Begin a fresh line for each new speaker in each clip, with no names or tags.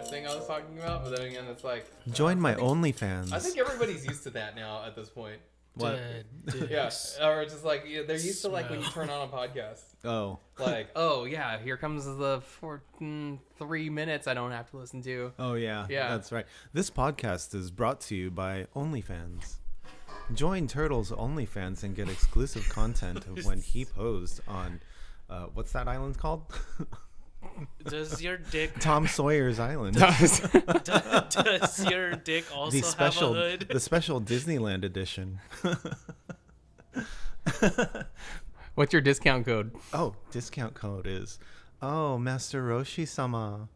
talking about, but then again, it's like
Join my OnlyFans.
I think everybody's used to that now at this point.
What?
Dead
Yeah,
dicks.
or just like yeah, they're used to like when you
Smell.
turn on a podcast,
Oh.
like oh yeah, here comes the four, mm, three minutes I don't have to listen to.
Oh yeah.
Yeah.
That's right. This podcast is brought to you by OnlyFans. Join Turtle's OnlyFans and get exclusive content of when he posed on uh, what's that island called?
Does your dick
Tom Sawyer's Island.
does your dick also
the special
have a hood?
the special Disneyland edition.
What's your discount code?
Oh, discount code is Oh, Master Roshi sama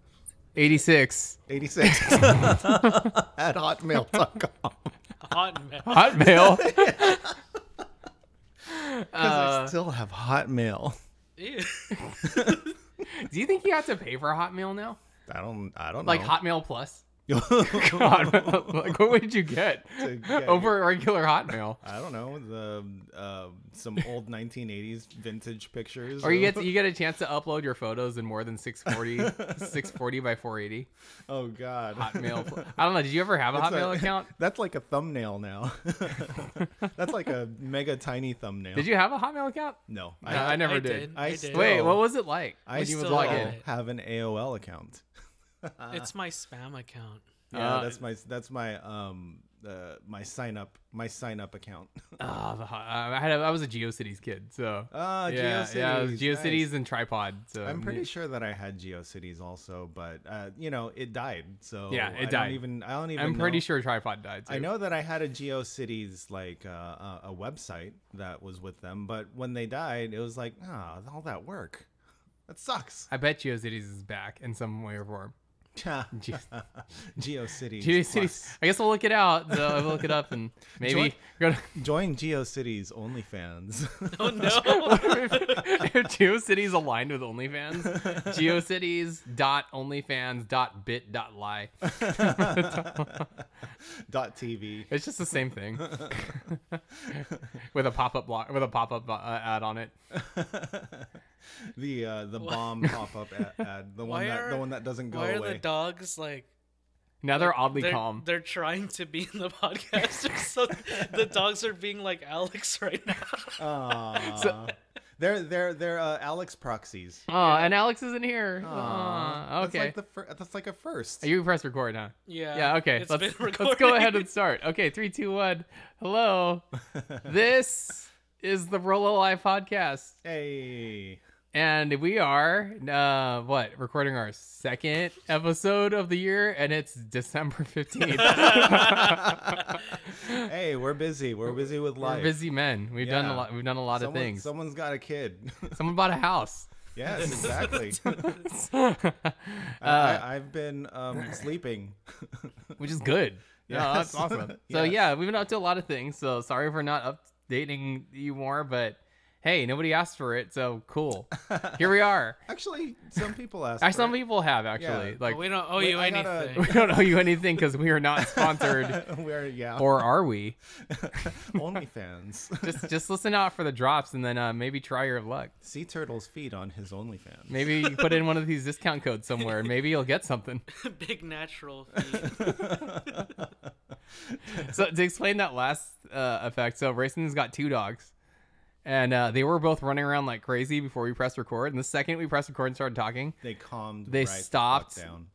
Eighty six
86 at hotmail.com.
Uh,
Hotmail.
Hotmail.
Because I
Uh,
still have Hotmail.
Ew.
do you think you have to pay for Hotmail now?
I don't. I don't
Like
know.
Hotmail Plus?
Hot.
like what would you get
To get-
over regular Hotmail?
I don't know the uh, some old 1980s vintage pictures.
Or you
of-
get you get a chance to upload your photos in more than 640 640 by 480
oh god
Hotmail. Pl- I don't know. Did you ever have a
That's
Hotmail
a-
account?
That's like a thumbnail now. that's like a mega tiny thumbnail.
Did you have a Hotmail account?
No,
No, I never
I
did.
did.
I
I
still-
did.
Wait,
No.
what was it like?
I
when you would
still
log
don't.
in.
have an AOL account.
It's my spam account.
Yeah,
Uh,
that's my that's my um uh, my sign up my sign up account.
Oh, the hot, I had a, I was a GeoCities kid, so
Ah,
yeah, yeah, it was
GeoCities,
GeoCities
nice.
and Tripod. So Mm,
I'm pretty sure that I had GeoCities also, but uh, you know it died. So
Yeah,
I
it
don't
died.
even I don't even.
I'm pretty
know.
sure Tripod died. Too.
I know that I had a GeoCities like uh, a a website that was with them, but when they died, it was like, ah, all that work, that sucks.
I bet GeoCities is back in some way or form. Geo-
GeoCities.
GeoCities. I guess we'll look it out. So I'll look it up and maybe go to.
Plus. Join GeoCities OnlyFans.
Oh no.
if GeoCities aligned with OnlyFans, geocities.onlyfans.bit.ly.
Dot TV.
It's just the same thing with a pop-up block with a pop-up uh, ad on it.
The uh, the bomb pop up ad, ad. The one
Why
that the
are-
one that doesn't go
Why are
away.
the dogs like
Now they're oddly
they're,
calm.
they're trying to be in the podcast or something. the dogs are being like Alex right now.
Aw. they're they're they're uh, Alex proxies.
Oh, and Alex isn't here.
Aw.
Aw, okay.
That's like the fir- that's like a first.
Are you press record, huh?
Yeah.
Yeah, okay.
It's
let's,
been recording.
let's go ahead and start. Okay, three, two, one. Hello. this is the Roll Alive podcast.
hey.
And we are uh what recording our second episode of the year and it's December 15th.
hey, we're busy. We're busy with life.
We're busy men. We've done a
Yeah.
lot we've done a lot
Someone-
of things.
Someone's got a kid.
Someone bought a house.
yes, exactly. I-
uh,
I, I've been um, sleeping.
which is good. Yeah, that's
Yes.
awesome. So
Yes.
yeah, we've been up to a lot of things. So sorry for not updating you more, but hey, nobody asked for it, so cool. Here we are.
Actually, some people ask.
Actually,
for
some
it.
people have actually
Yeah.
like
we
we
don't owe
Wait,
you
I
anything.
gotta-
don't owe you anything because we are not sponsored,
We're yeah.
or are we?
OnlyFans.
Just just listen out for the drops, and then uh, maybe try your luck.
Sea turtle's feet on his OnlyFans.
Maybe you put in one of these discount codes somewhere, and maybe you'll get something.
Big natural feed.
so to explain that last uh, effect, so Rayson's got two dogs, and uh, they were both running around like crazy before we pressed record. And the second we pressed record and started talking,
They calmed.
They
right the fuck
stopped.
down.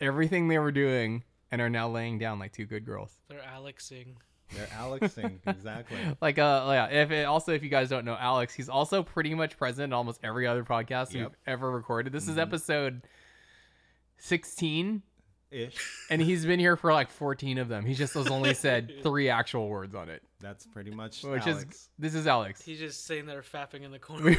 everything they were doing and are now laying down like two good girls.
They're Alexing.
They're Alexing exactly.
Like uh yeah, if it, also if you guys don't know Alex, he's also pretty much present in almost every other podcast
Yep.
we've ever recorded. This is episode 16
Ish.
and he's been here for like 14 of them. He just has only said three actual words on it,
That's pretty much
which is
Alex.
this is Alex.
He's just sitting there fapping in the corner.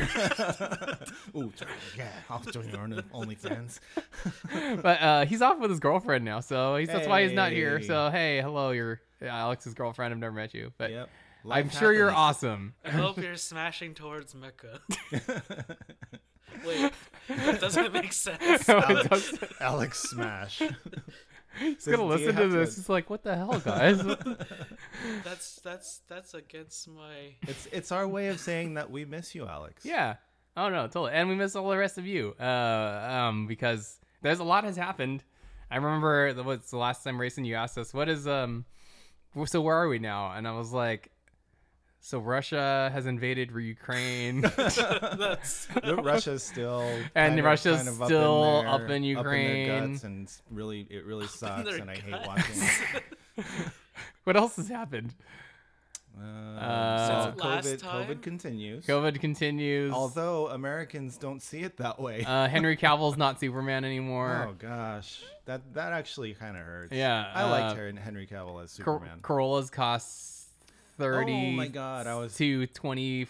Ooh, yeah. I'll join your own OnlyFans.
but uh, he's off with his girlfriend now, so he's, that's why he's not here.
Hey.
So hey, hello, you're Alex's girlfriend. I've never met you, but
Yep.
I'm
Life
sure you're
happens.
awesome.
I hope you're smashing towards Mecca. Wait, that doesn't make sense.
Alex,
Alex Smash.
he's gonna
Does- do you
listen to
have to-
this. He's like, what the hell, guys? What the-
That's that's that's against my.
It's it's our way of saying that we miss you, Alex.
yeah. Oh no, totally. And we miss all the rest of you, uh, um, because there's a lot has happened. I remember the what's the last time Rayson you asked us what is um w- so where are we now? And I was like, so Russia has invaded Ukraine
That's
The Russia's still
And
kind of-
Russia's
kind of
still
their-
up in
their
Ukraine.
guts and it's really it really sucks,
their
and I hate
guts.
watching. it.
what else has happened?
Uh,
Uh,
so
Since last
COVID,
time?
COVID continues.
COVID continues.
Although Americans don't see it that way.
uh, Henry Cavill's not Superman anymore.
oh gosh, that that actually kind of hurts.
Yeah,
I
uh,
liked her and Henry Cavill as
Cor-
Superman.
Corollas cost thirty.
Oh my God, I was-
to twenty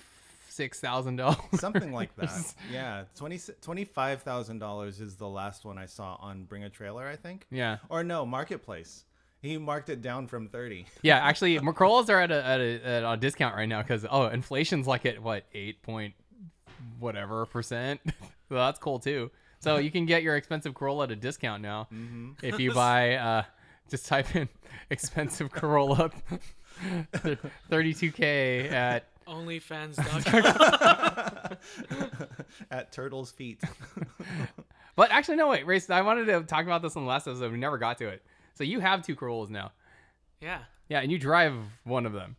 six thousand dollars.
Something like that. Yeah, twenty twenty five thousand dollars is the last one I saw on Bring a Trailer, I think.
Yeah,
Or no, Marketplace. He marked it down from thirty.
yeah. Actually, m- Corollas are at a at a, at a discount right now because oh, inflation's like at what eight point whatever percent. so that's cool too. So you can get your expensive Corolla at a discount now
Mm-hmm.
if you buy. Uh, just type in expensive Corolla, thirty two k at
OnlyFans.com.
At turtle's feet.
But actually, no, wait, Race, I wanted to talk about this in the last episode. We never got to it. So you have two Corollas now.
yeah. Um,
Yeah, and you drive one of them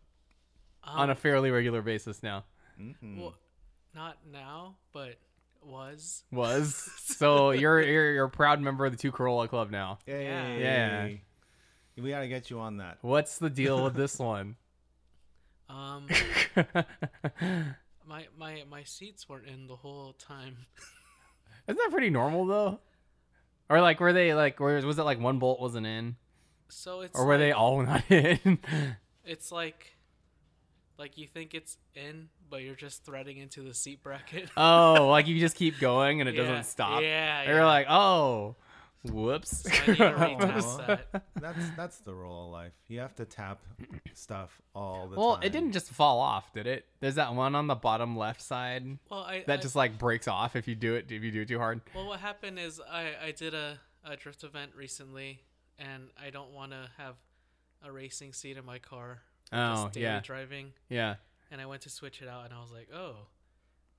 on a Mm. fairly regular basis now.
Mm-hmm.
Well, not now, but was.
Was. so you're, you're you're a proud member of the two Corolla Club now. Yeah.
Hey. We gotta get you on that.
What's the deal with this one?
Um, my my my seats were in the whole time.
Isn't that pretty normal though? Or like were they like where was it like one bolt wasn't in?
So it's
Or were they
like-
all not in?
It's like like you think it's in, but you're just threading into the seat bracket.
oh, like you just keep going and it
Yeah,
doesn't stop.
Yeah,
You're
yeah.
like, oh, whoops.
I need to retest that.
That's that's the rule of life. You have to tap stuff all the
Well,
time.
it didn't just fall off, did it? There's that one on the bottom left side
Well, I
that
I-
just like breaks off if you do it if you do it too hard.
Well, what happened is I, I did a, a drift event recently, and I don't want to have a racing seat in my car.
Oh,
just daily
yeah.
driving.
Yeah.
And I went to switch it out, and I was like, oh,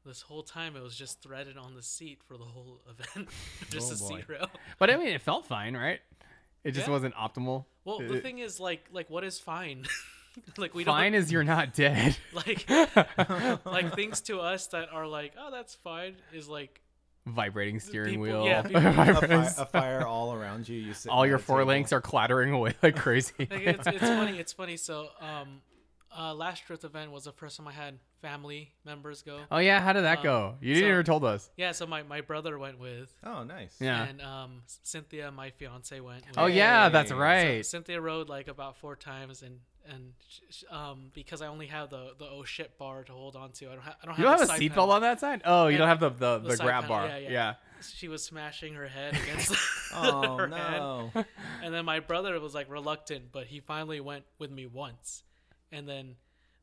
this whole time it was just threaded on the seat for the whole event, just
Oh,
a seat rail.
But I mean, it felt fine, right? It just
Yeah.
wasn't optimal.
Well, the
It-
thing is, like, like what is fine? like we
Uh, fine is you're not dead.
don't like like things to us that are like, oh, that's fine, is like
Vibrating steering
people-
wheel.
yeah, people- A
a,
vibrating-
fi- a fire all around you. you sit
all
by
your
the
four
table.
links are clattering away like crazy.
like it's, it's funny it's funny so um uh last drift event was the first time i had family members go
oh yeah, how did that go? You didn't
Um, so-
ever told us.
yeah so my my brother went with
Oh, nice.
Yeah.
and um cynthia my fiance went with.
oh yeah, that's
Hey.
right.
cynthia rode like about four times and and sh- sh- um because i only have the the oh shit bar to hold on to i don't, ha- I don't
you
have
don't have a
side
seatbelt
pedal.
on that side? Oh, you
Yeah.
don't have the the, the,
side
grab
pedal,
bar.
yeah, yeah. she was smashing her head against
Oh
her head.
no.
And then my brother was like reluctant, but he finally went with me once. And then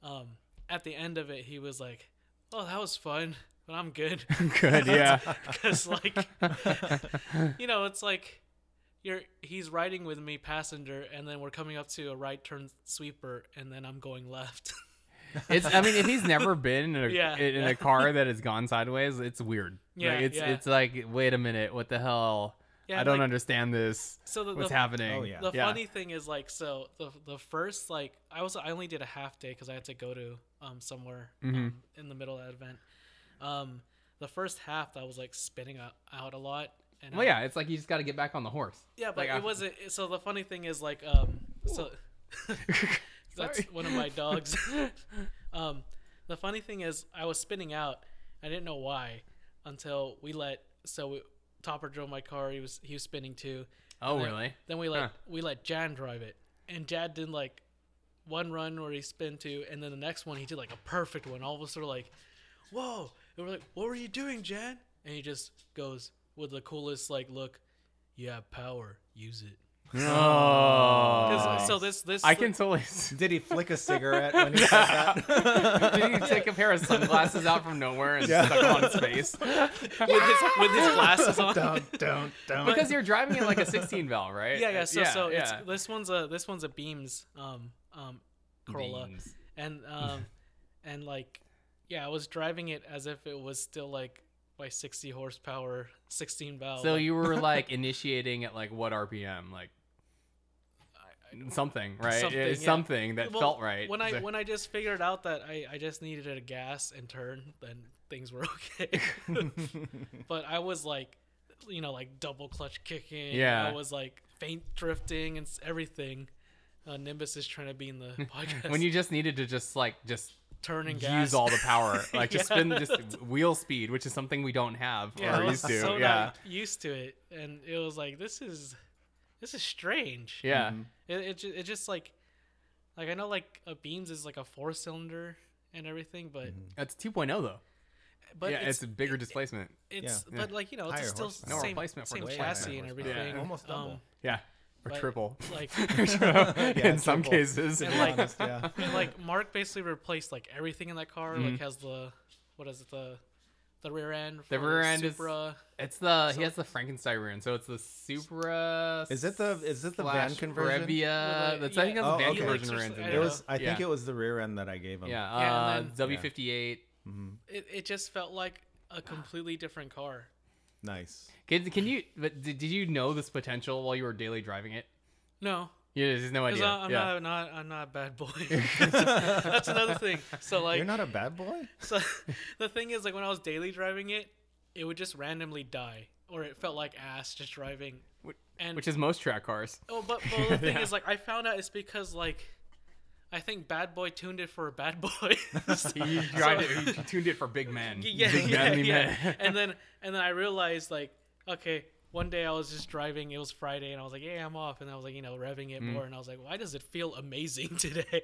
um, at the end of it, he was like, "Oh, that was fun, but I'm good."
Good, yeah.
Because like, you know, it's like you're he's riding with me passenger, and then we're coming up to a right turn sweeper, and then I'm going left.
It's. I mean, if he's never been in a
Yeah,
in, in
yeah.
a car that has gone sideways, it's weird.
Yeah,
like, it's
yeah.
it's like, wait a minute, what the hell?
Yeah,
I don't
like-
understand this.
so the,
What's
the,
happening?
Oh, yeah.
The funny thing is like so the the first like I was I only did a half day because I had to go to um somewhere
Mm-hmm.
um, in the middle of that event. Um, the first half I was like spinning out, out a lot. And
Well,
I-
yeah, it's like you just got to get back on the horse.
yeah, but
Like,
it
after-
wasn't. So the funny thing is like um so that's
Sorry.
one of my dogs. um, the funny thing is I was spinning out. I didn't know why until we let so we, Topper drove my car. He was he was spinning too.
Oh,
Then-
really?
Then we let
Huh.
we let Jan drive it, and Jad did like one run where he spin to, and then the next one he did like a perfect one. All of us were like, "Whoa!" And we're like, "What were you doing, Jan?" And he just goes with the coolest like look. You have power, use it.
Oh.
'Cause- So this this
I can totally.
Did he flick a cigarette when he said that?
Did he take a pair of sunglasses out from nowhere and stuck them on his face?
with his with his glasses on.
don't, don't, don't.
Because you're driving it like a 16 valve, right?
yeah, yeah. So so
yeah.
It's, this one's a this one's a Beams um um Corolla.
Beams.
and um and like yeah i was driving it as if it was still like by 60 horsepower, 16 valve.
So you were like initiating at like what RPM, like something, right? Something,
yeah.
something that
Well,
felt right.
When I
So-
when I just figured out that I, I just needed a gas and turn, then things were okay. but I was like, you know, like double clutch kicking.
Yeah.
I was like faint drifting and s- everything. Uh, Nimbus is trying to be in the podcast.
when you just needed to just like just
turn and gas,
use all the power, like just spin
Yeah.
just wheel speed, which is something we don't have
I
or
was
used to.
so
yeah,
not used to it, and it was like this is this is strange.
yeah.
It it, ju- it just like like I know like a beans is like a four cylinder and everything, but
That's 2.0 though.
but
yeah, it's,
it's
a bigger displacement.
it's
Yeah.
but like you know it's
Higher
still
horsepower.
No
same,
replacement for
same
the horsepower.
chassis and
Yeah.
everything.
Almost double.
Um,
Yeah, or
but-
triple.
like
in some
triple.
cases,
To
And,
be
like-
honest, yeah.
and, like Mark basically replaced like everything in that car.
Mm-hmm.
Like has the what is it the the rear end for
rear end is-
Supra.
it's the he has the Frankenstein rear, and so it's the Supra.
Is it the is it the van
slash
conversion?
Brevia.
With the-
That's I think
yeah.
that's the
Oh,
van
okay.
conversion
Helix or
rear end.
something.
in
It
there.
was. I think
Yeah.
it was the rear end that I gave him. Mm-hmm.
Yeah,
Yeah,
uh,
and then-
W58.
It, it just felt like a completely different car.
Nice.
Can, can you? But did, did you know this potential while you were daily driving it?
No,
Yeah, there's no
because
idea.
I'm
yeah.
not, not I'm not a bad boy. That's another thing. So like
You're not a bad boy.
so the thing is like when I was daily driving it, it would just randomly die, or it felt like ass just driving.
Which-
And
Which is most track cars.
Oh, but, but the thing is, like, I found out it's because, like, I think Bad Boy tuned it for a Bad Boy. So-
You drive it. You tuned it for big men.
yeah,
big
yeah,
manly
yeah.
men.
and then and then I realized, like, okay, one day I was just driving. It was Friday, and I was like, yeah, I'm off. And I was like, you know, revving
Mm.
it more, and I was like, why does it feel amazing today?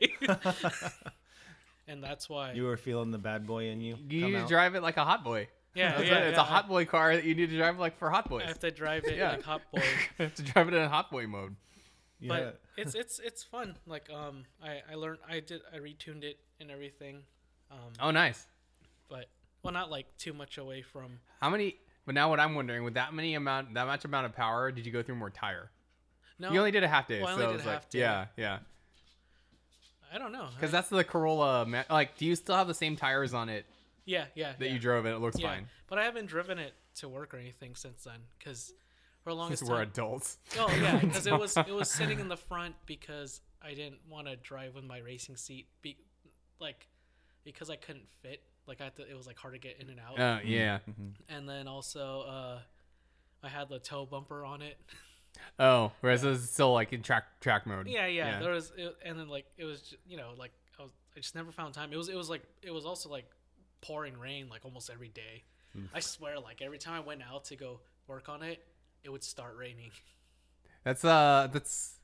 and that's why.
You were feeling the bad boy in you.
You
come
need to
out.
drive it like a hot boy.
yeah,
That's
yeah,
a, it's
yeah,
a hot boy car that you need to drive like for hot boys.
I have to drive it
Yeah.
like Hot Boy.
You have to drive it in hot boy mode.
You had
but
a-
it's it's it's fun. Like um, I I learned I did I retuned it and everything. Um,
Oh, nice.
but well, not like too much away from.
How many? But now what I'm wondering, with that many amount, that much amount of power, did you go through more tire?
No,
You only did a half day,
Well,
so
I only
it
did
was
a
like,
half day. Uh-huh.
yeah, yeah.
I don't know.
Because that's the Corolla. ma- Like, do you still have the same tires on it
yeah, yeah,
that
yeah,
you drove, and it looks
yeah.
fine?
But I haven't driven it to work or anything since then, because for
Because
the longest
we're
time.
adults.
Oh yeah, because it was it was sitting in the front because I didn't want to drive with my racing seat, be, like because I couldn't fit. Like I had to, it was like hard to get in and out.
Oh yeah.
mm-hmm.
and then also uh, I had the toe bumper on it.
Oh, whereas this is still like in track track mode.
Yeah, yeah. There was, it, and then like it was, ju- you know, like I was, I just never found time. It was, it was like, it was also like pouring rain like almost every day. I swear, like every time I went out to go work on it, it would start raining.
That's uh, that's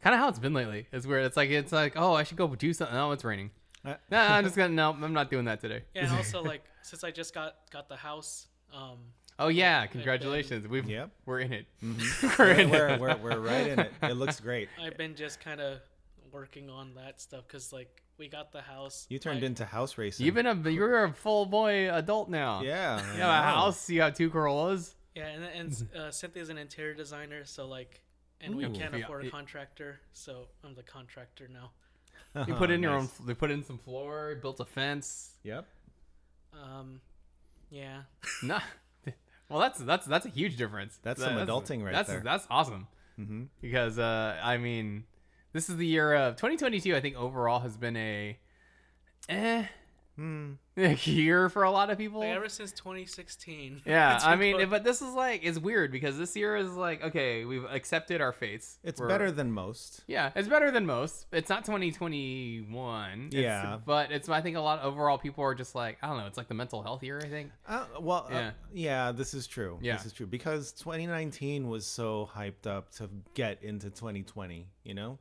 kind of how it's been lately. It's weird. It's like it's like oh, I should go do something. Oh, it's raining.
Uh,
Nah, I'm just gonna no. I'm not doing that today.
Yeah, and also like since I just got got the house, um,
Oh yeah, congratulations. We've
Yep. Mm-hmm.
we're in it. we're in
we're,
it.
we're, we're right in it. It looks great.
I've been just kind of working on that stuff because like we got the house.
You turned
I-
into house racing.
You've been a you're a full boy adult now.
yeah.
You have a house. You have two Corollas.
Yeah, and and uh, Cynthia's an interior designer, so like, and we
Ooh.
can't
Yeah,
afford a
it-
contractor, so I'm the contractor now.
Uh-huh.
You put in your own. They put in some floor. Built a fence.
Yep.
Um, yeah.
Nah. Well, that's that's that's a huge difference.
That's
That-
some adulting right
that's,
there.
That's awesome.
Mm-hmm.
Because uh, I mean, this is the year of 2022. I think overall has been a eh
Mm-hmm.
year for a lot of people.
Like, ever since 2016.
yeah,
it's
I
been
mean,
going-
but this is like it's weird because this year is like okay, we've accepted our fates.
It's
We're-
better than most.
Yeah, it's better than most. It's not 2021. It's-
Yeah.
but it's I think a lot overall people are just like I don't know. It's like the mental health year. I think.
Uh, well, yeah.
Yeah.
Uh, yeah, this is true.
Yeah.
This is true because 2019 was so hyped up to get into 2020. You know,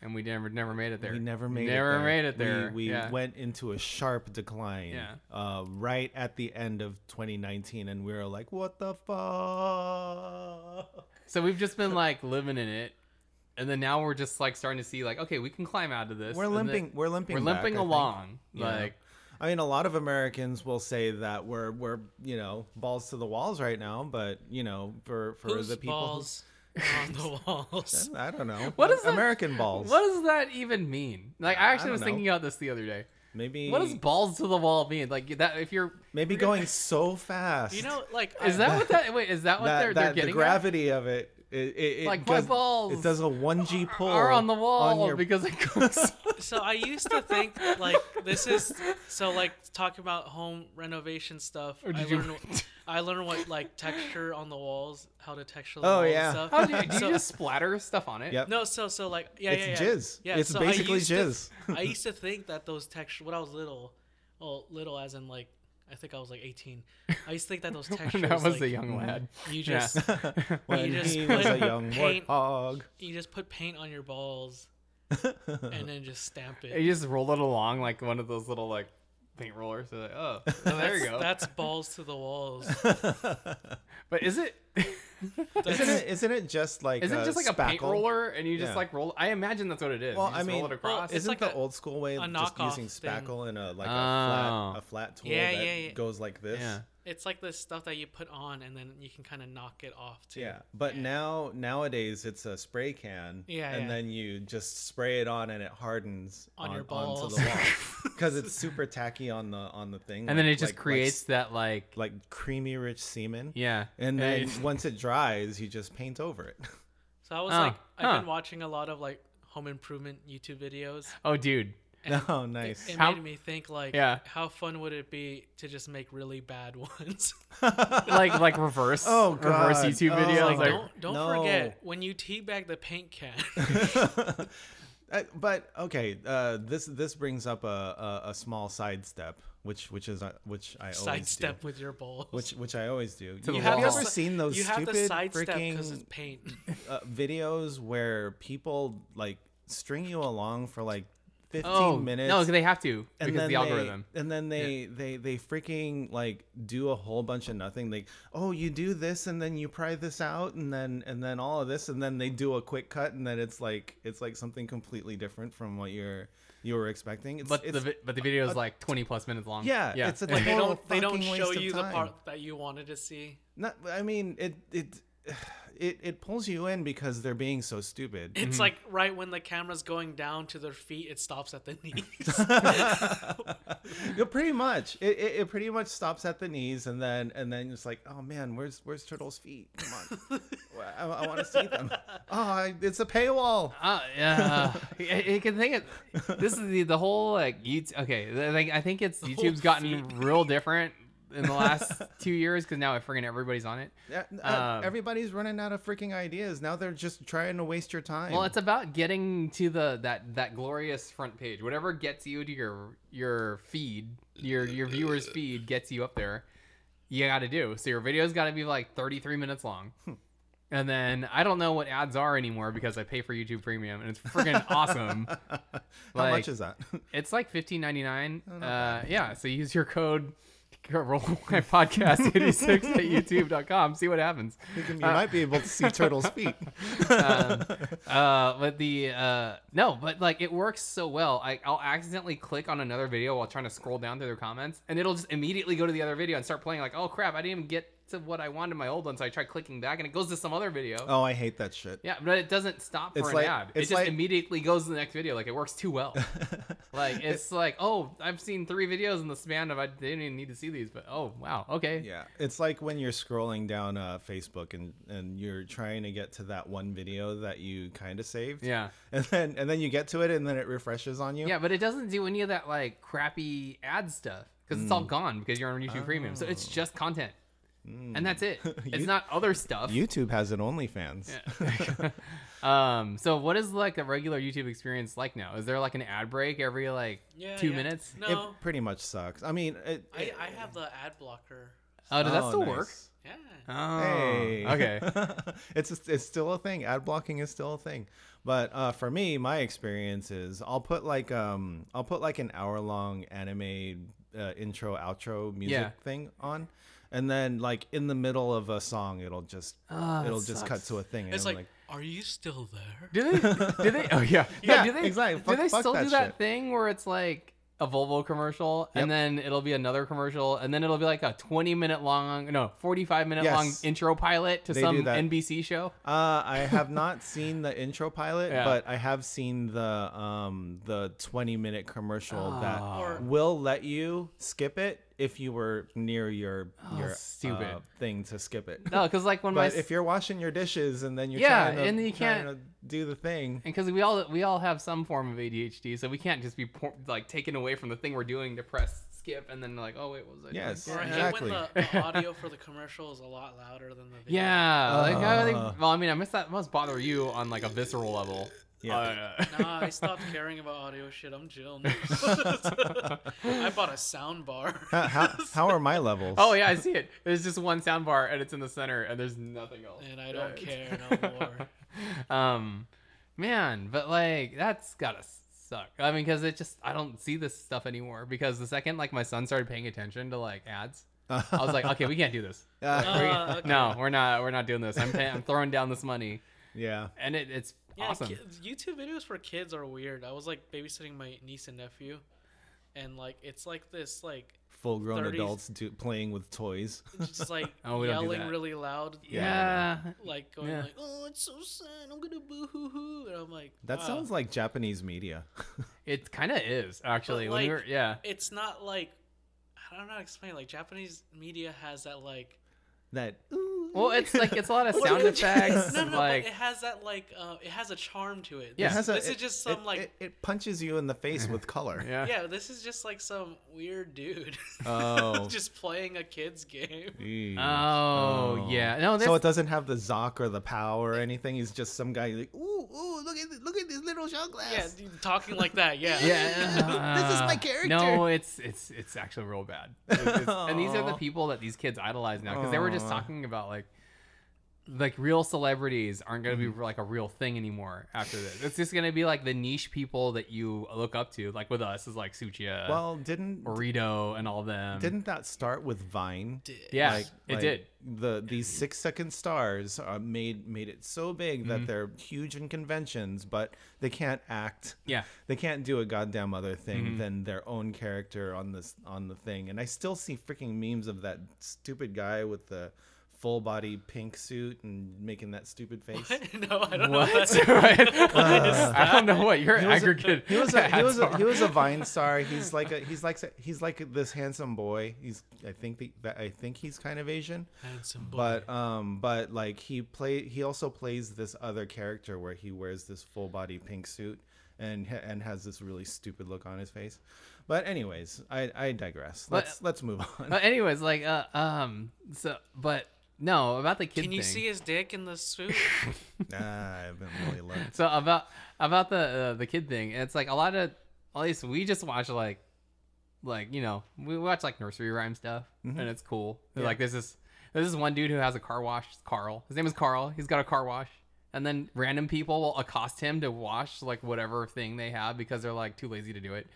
and we never never made it there.
we never made
never
it there.
made it
We-
there.
We,
yeah.
went into a sharp decline.
Yeah.
Uh, right at the end of 2019, and we were like, "What the fuck."
So we've just been like living in it, and then now we're just like starting to see like okay, we can climb out of this.
We're
and then-
limping. We're limping.
We're
back,
limping
I think.
along.
Yeah.
Like
I mean, a lot of Americans will say that we're we're you know balls to the walls right now, but you know for for
Whose
the people, who-
balls are on the walls.
I don't know
What is that?
American balls.
what does that even mean? Like I
I
actually
don't
was
know.
thinking about this the other day.
Maybe
What does balls to the wall mean? Like that if you're
maybe going so fast.
You know, like
is
I-
that what that wait, is that what they're they're getting
the
at?
gravity of it. It, it, it
Like, my
does,
balls
It does a one G pull
are on the wall
on your-
because it goes
so I used to think like this is so like talking about home renovation stuff.
Or
I
did you-
learned I learned what like texture on the walls, how to texture the
Oh,
walls
yeah.
and stuff.
How do you, do you
So-
just splatter stuff on it?
Yep.
no, so so like yeah, yeah,
It's
yeah.
jizz.
Yeah,
It's
so I
basically
used to-
jizz.
I used to think that those texture when I was little, well, little as in like I think I was like 18. I used to think that those textures
When I was
like,
a young lad.
you
Yeah.
just
when
just
he was a
put
young
paint-
warthog.
you just put paint on your balls and then just stamp it.
You just roll it along like one of those little like paint rollers. They're like, oh, well, there you go.
That's balls to the walls.
But is it
isn't it? Isn't it just like
isn't it just like a paint
spackle?
roller and you just
Yeah.
like roll? I imagine that's what it is.
Well,
you just
I mean-
roll it across.
It's
Isn't
like
the
a-
old school way
a
of just
knockoff
using
thing.
spackle and a like
Oh.
a flat a flat tool
Yeah,
that
yeah, yeah.
goes like this?
yeah.
It's like the stuff that you put on and then you can kind of knock it off too.
Yeah, but now nowadays it's a spray can.
Yeah,
and
yeah.
then you just spray it on and it hardens
On your
onto
balls.
the wall because it's super tacky on the on the thing.
And then
like-
it just
like- like
creates
s-
that like
like, creamy rich semen.
yeah.
And then
you-
once it dries, you just paint over it.
So I was
Oh,
like, I've
huh.
been watching a lot of like home improvement YouTube videos.
oh dude,
oh, nice.
It
How-
made me think like,
Yeah.
how fun would it be to just make really bad ones?
like like reverse
Oh,
reverse
God.
YouTube
Oh.
videos.
Like,
Like,
don't don't
no.
forget when you teabag the paint can.
Uh, but okay, uh, this this brings up a, a, a small sidestep, which which is uh, which I always
sidestep
do,
with your balls.
which which I always do.
the
you, have you
wall.
ever seen those
you have
stupid
to sidestep because
freaking
it's paint.
uh, videos where people like string you along for like 15
oh
minutes?
no, they have to because the
they-
algorithm.
and then they, they they freaking like do a whole bunch of nothing. Like, oh, you do this and then you pry this out and then and then all of this and then they do a quick cut and then it's like it's like something completely different from what you're you were expecting. It's,
But
it's,
the vi- but the video is like 20 plus minutes long.
yeah, it's a
they
total
don't they don't
fucking waste
show
of
you the
time.
part that you wanted to see.
Not, I mean, it it it it pulls you in because they're being so stupid.
It's like right when the camera's going down to their feet, it stops at the knees.
Yeah, pretty much. It, it, it pretty much stops at the knees, and then and then it's like, oh man, where's where's Turtle's feet? Come on, Well, I, I want to see them. Oh, I, it's a paywall.
Uh, yeah. it, it can think of this is the, the whole like YouTube. Okay, I think I think it's YouTube's gotten real different in the last two years because now freaking everybody's on it.
Yeah, uh,
Um,
everybody's running out of freaking ideas now. They're just trying to waste your time.
Well, it's about getting to the that that glorious front page. Whatever gets you to your your feed, your your viewers feed gets you up there. You got to do. So your video's got to be like 33 minutes long. And then I don't know what ads are anymore because I pay for YouTube Premium and it's freaking awesome.
How
like-
much is that?
It's like fifteen ninety nine. uh, yeah. So use your code roll my podcast eighty six at youtube.com. See what happens.
you
uh,
might be able to see Turtle's feet.
Um, uh, but the uh, no, but like it works so well. I, I'll accidentally click on another video while trying to scroll down through their comments, and it'll just immediately go to the other video and start playing. Like, oh crap, I didn't even get to what I wanted in my old one, so I try clicking back, and it goes to some other video.
Oh, I hate that shit.
Yeah, but it doesn't stop for
It's
an
like-
ad. It
it's
just
like-
immediately goes to the next video. Like it works too well. like it's like, oh, I've seen three videos in the span of I didn't even need to see these, but oh wow, okay.
Yeah, it's like when you're scrolling down uh, Facebook and and you're trying to get to that one video that you kind of saved.
Yeah.
and then and then you get to it and then it refreshes on you.
Yeah, but it doesn't do any of that like crappy ad stuff because it's
Mm.
all gone because you're on YouTube Premium. So it's just content, and that's it. It's
Oh. Mm. You-
not other stuff.
YouTube has an OnlyFans.
um. So what is like a regular YouTube experience like now? Is there like an ad break every like
yeah,
two
yeah.
minutes?
No,
It pretty much sucks. I mean, it,
I,
it-
I have the ad blocker.
Oh, does that
oh,
still
nice.
work?
Yeah.
Oh,
Uh, Hey.
okay.
it's just- it's still a thing. Ad blocking is still a thing. But uh, for me, my experience is I'll put like um I'll put like an hour long anime uh, intro outro music
Yeah.
thing on, and then like in the middle of a song, it'll just
Ah, that
it'll just cut
sucks.
to a thing. And
It's
I'm
like, are you still there?
Do they? Do they? Oh yeah. No,
Yeah,
do they,
exactly.
Do they
Fuck- fuck
still
that
do that
shit.
thing where it's like, a Volvo commercial, and then it'll be another commercial, and then it'll be like a 20 minute long, no, 45 minute long
Yes.
intro pilot to
They do
some
that.
NBC show.
Uh, I have not seen the intro pilot,
Yeah.
but I have seen the um the twenty minute commercial
Oh.
that
Or-
will let you skip it if you were near your your
Oh, stupid.
uh, thing to skip it.
No, because like when my
But if you're washing your dishes and then you're
Yeah,
trying to,
and you
trying
can't-
to do the thing,
because we all we all have some form of ADHD, so we can't just be por- like taken away from the thing we're doing to press skip and then like oh wait what was I doing?
Yes.
Or I hate
Exactly.
when the, the audio for the commercial is a lot louder than the video.
Yeah, like I think,
Uh.
well, I mean, I must that must bother you on like a visceral level.
Yeah.
Uh,
Nah, I stopped caring about audio shit. I'm chill. now. I bought a sound bar.
how, how, how are my levels?
oh yeah, I see it. There's just one sound bar and it's in the center and there's nothing else.
And I don't care no more.
um, man, but like that's gotta suck. I mean, because it just I don't see this stuff anymore. Because the second like my son started paying attention to like ads,
I
I was like, okay, we can't do this.
Uh,
We-
okay.
No, we're not. We're not doing this. I'm pay- I'm throwing down this money,
yeah.
and it, it's
Yeah,
awesome.
ki- YouTube videos for kids are weird. I was like babysitting my niece and nephew, and like it's like this like
Full grown
30s.
adults do, playing with toys.
just like
Oh, we don't do
yelling
that.
really loud,
yeah,
like going
Yeah.
like, "Oh, it's so sad. I'm gonna boo hoo hoo," and I'm like,
That
"Wow."
sounds like Japanese media.
it kind of is actually. when we
like-
were, yeah.
It's not like I don't know how to explain. it. Like Japanese media has that like
that. "Ooh,
Well,
ooh."
it's like it's a lot of
What
sound
did you
effects.
just-
no, no,
like
but it has that like uh, it has a charm to it.
Yeah.
This,
It has a-
this is
it-
just some
it-
like
it, it punches you in the face with color.
yeah.
yeah, this is just like some weird dude
Oh.
just playing a kid's game.
Jeez.
Oh, yeah. No,
so
that's-
it doesn't have the zock or the pow or anything. He's just some guy like, ooh, ooh, look at th- look at this little shot
Yeah,
glass.
dude, talking like that. Yeah.
Yeah.
This is my
Uh,
character.
No, it's it's it's actually real bad. It's- it's- and these are the
Aw.
people that these kids idolize now because they were just
Aw.
talking about like like real celebrities aren't going to
Mm.
be like a real thing anymore after this. It's just going to be like the niche people that you look up to, like with us is like Suchia,
Well, didn't
Burrito, and all them.
didn't that start with Vine?
yeah,
Like-
it
like
did.
The these six second stars uh, made made it so big
Mm-hmm.
that they're huge in conventions, but they can't act.
Yeah. Mm-hmm.
They can't do a goddamn other thing than their own character on this on the thing. And I still see freaking memes of that stupid guy with the full body pink suit and making that stupid face.
no, I don't know.
What?
That's,
Right. I don't know what your
He was a-
aggregate.
He was a he was
hats
a, he
are.
was a Vine star. He's like a he's like he's like this handsome boy. He's I think the, that I think he's kind of Asian.
Handsome boy.
but um but like he play he also plays this other character where he wears this full body pink suit and ha- and has this really stupid look on his face but anyways i i digress
But-
let's let's move on
But anyways, like uh, um so but no, about the kid
Can you
thing.
see his dick in the suit?
ah, i haven't really looked
so about about the uh, the kid thing it's like a lot of at least we just watch like like you know we watch like nursery rhyme stuff and it's cool like there's this there's this one dude who has a car wash it's carl his name is carl he's got a car wash and then random people will accost him to wash like whatever thing they have because they're like too lazy to do it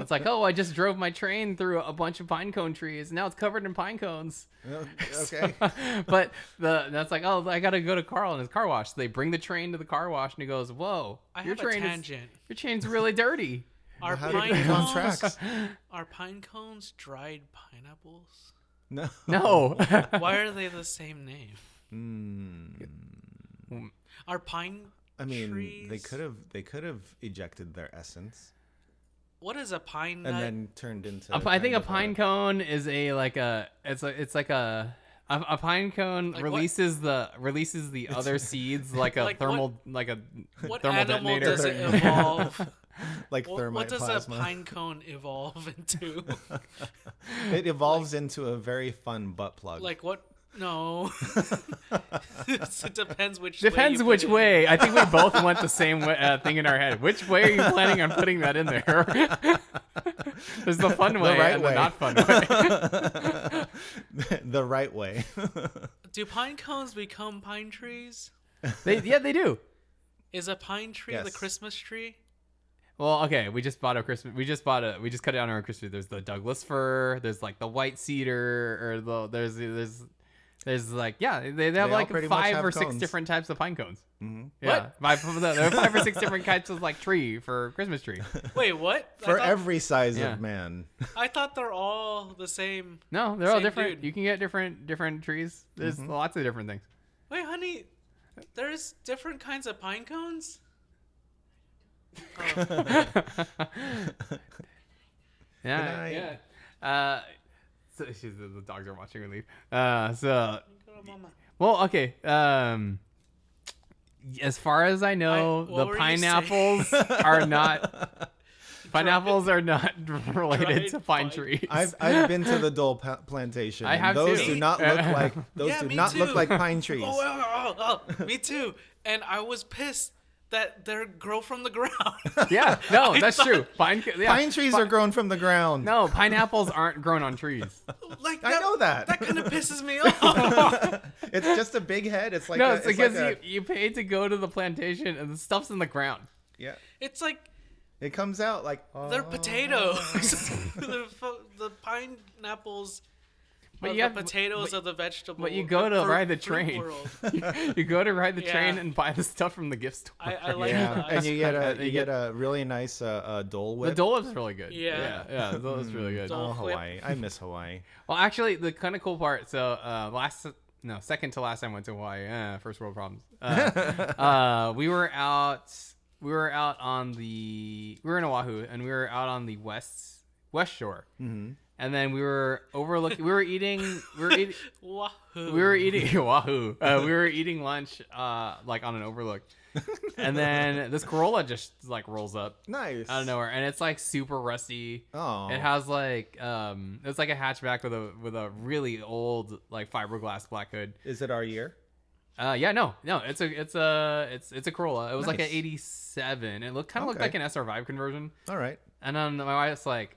it's like oh i just drove my train through a bunch of pine cone trees now it's covered in pine cones
Oh, okay
but the that's like, oh, I gotta go to Carl and his car wash. So they bring the train to the car wash, and he goes, "Whoa,
I
your
have a
train is
tangent.
your train's really dirty."
Are
how did
pine
we get on
cones
track
are pine cones dried pineapples?
no
No,
Why are they the same name?
Mm,
Are pine
i mean they
trees-
could have they could have ejected their essence
What is a pine
and
nut?
then turned into
A pi- I
kind
think a
of
pine cone is a like a it's a it's like a. A, a pine cone
Like what?
releases the releases the other seeds like a
Like what-
thermal like a
what
thermal
animal
detonator.
does it evolve?
like
what,
thermite
what does
plasma
a pine cone evolve into?
it evolves into a very fun butt plug
like what? No. it depends which. way
Depends
you put
which
it.
way. I think we both want the same way, uh, thing in our head. Which way are you planning on putting that in there? There's the fun way
right
and
way.
the not fun way.
the right way
Do pine cones become pine trees?
They, yeah, they do.
Is a pine tree the
Yes.
Christmas tree?
Well, okay, we just bought a Christmas. We just bought a. We just cut down our Christmas. There's the Douglas fir. There's like the white cedar, or the there's there's There's like yeah, they, they have
all
like
pretty much
five
have
or six
cones.
different types of pine cones.
Mm-hmm.
Mhm.
Yeah, five, there are five or six different types of like tree for Christmas tree.
Wait, what?
For
I, thought,
every size
Yeah.
of man.
I thought they're all the same.
No, they're all
Same
different.
dude.
You can get different different trees. There's
Mm-hmm.
lots of different things.
Wait, honey, there's different kinds of pine cones. Oh,
Uh, Yeah,
night.
yeah. Uh, so she's, the dogs are watching her leave. Uh, so
good old mama.
Well, okay. Um, as far as I know,
I- what
the
were you
pineapples are not. pineapples are not related
Dried
to pine
pine.
trees.
I've I've been to the Dole pa- plantation.
I
and
have
those
too.
do not look like those
Yeah,
do
me
not
too.
look like pine trees.
Oh, oh, oh, oh, me too. And I was pissed that they grow from the ground.
yeah, no,
I
that's
thought-
true. Pine, co- yeah.
Pine trees are grown from the ground.
No, pineapples aren't grown on trees.
like
I know that.
That kind of pisses me off.
it's just a big head. It's like
no,
a,
it's
it's like
because
a-
you, you paid to go to the plantation and the stuff's in the ground.
yeah.
it's like
It comes out like oh.
they're potatoes. the, fu- the pineapples.
But
are
you
the
have-
potatoes
but-
of the vegetable.
but you go to
fruit-
ride the
fruit
train.
world.
you go to ride the train
Yeah.
and buy the stuff from the gift store.
I- I like
Yeah,
Yeah.
and you get a
You
you
get-
get a really nice uh, uh Dole
the
whip.
Dole Whip's really good.
Yeah.
yeah, yeah Dole Whip's really good.
Dole
Oh,
Whip.
Hawaii. I miss Hawaii.
Well, actually, the kind of cool part. So uh, last, no, second to last time I went to Hawaii. Uh, first world problems. Uh, uh, we were out. We were out on the. We were in Oahu, and we were out on the west west shore. Mm-hmm. And then we were overlooking. We were eating. We were eating.
Wahoo.
We were eating Oahu. Uh, we were eating lunch, uh, like on an overlook, and then this Corolla just like rolls up
Nice.
out of nowhere, and it's like super rusty.
Oh.
It has like um, it's like a hatchback with a with a really old like fiberglass black hood.
Is it our year?
Uh, yeah, no, no, it's a it's a it's it's a Corolla. It was like
Nice.
an '87. It looked kind of looked
Okay.
like an SR Vibe conversion.
All right.
And then my wife's like,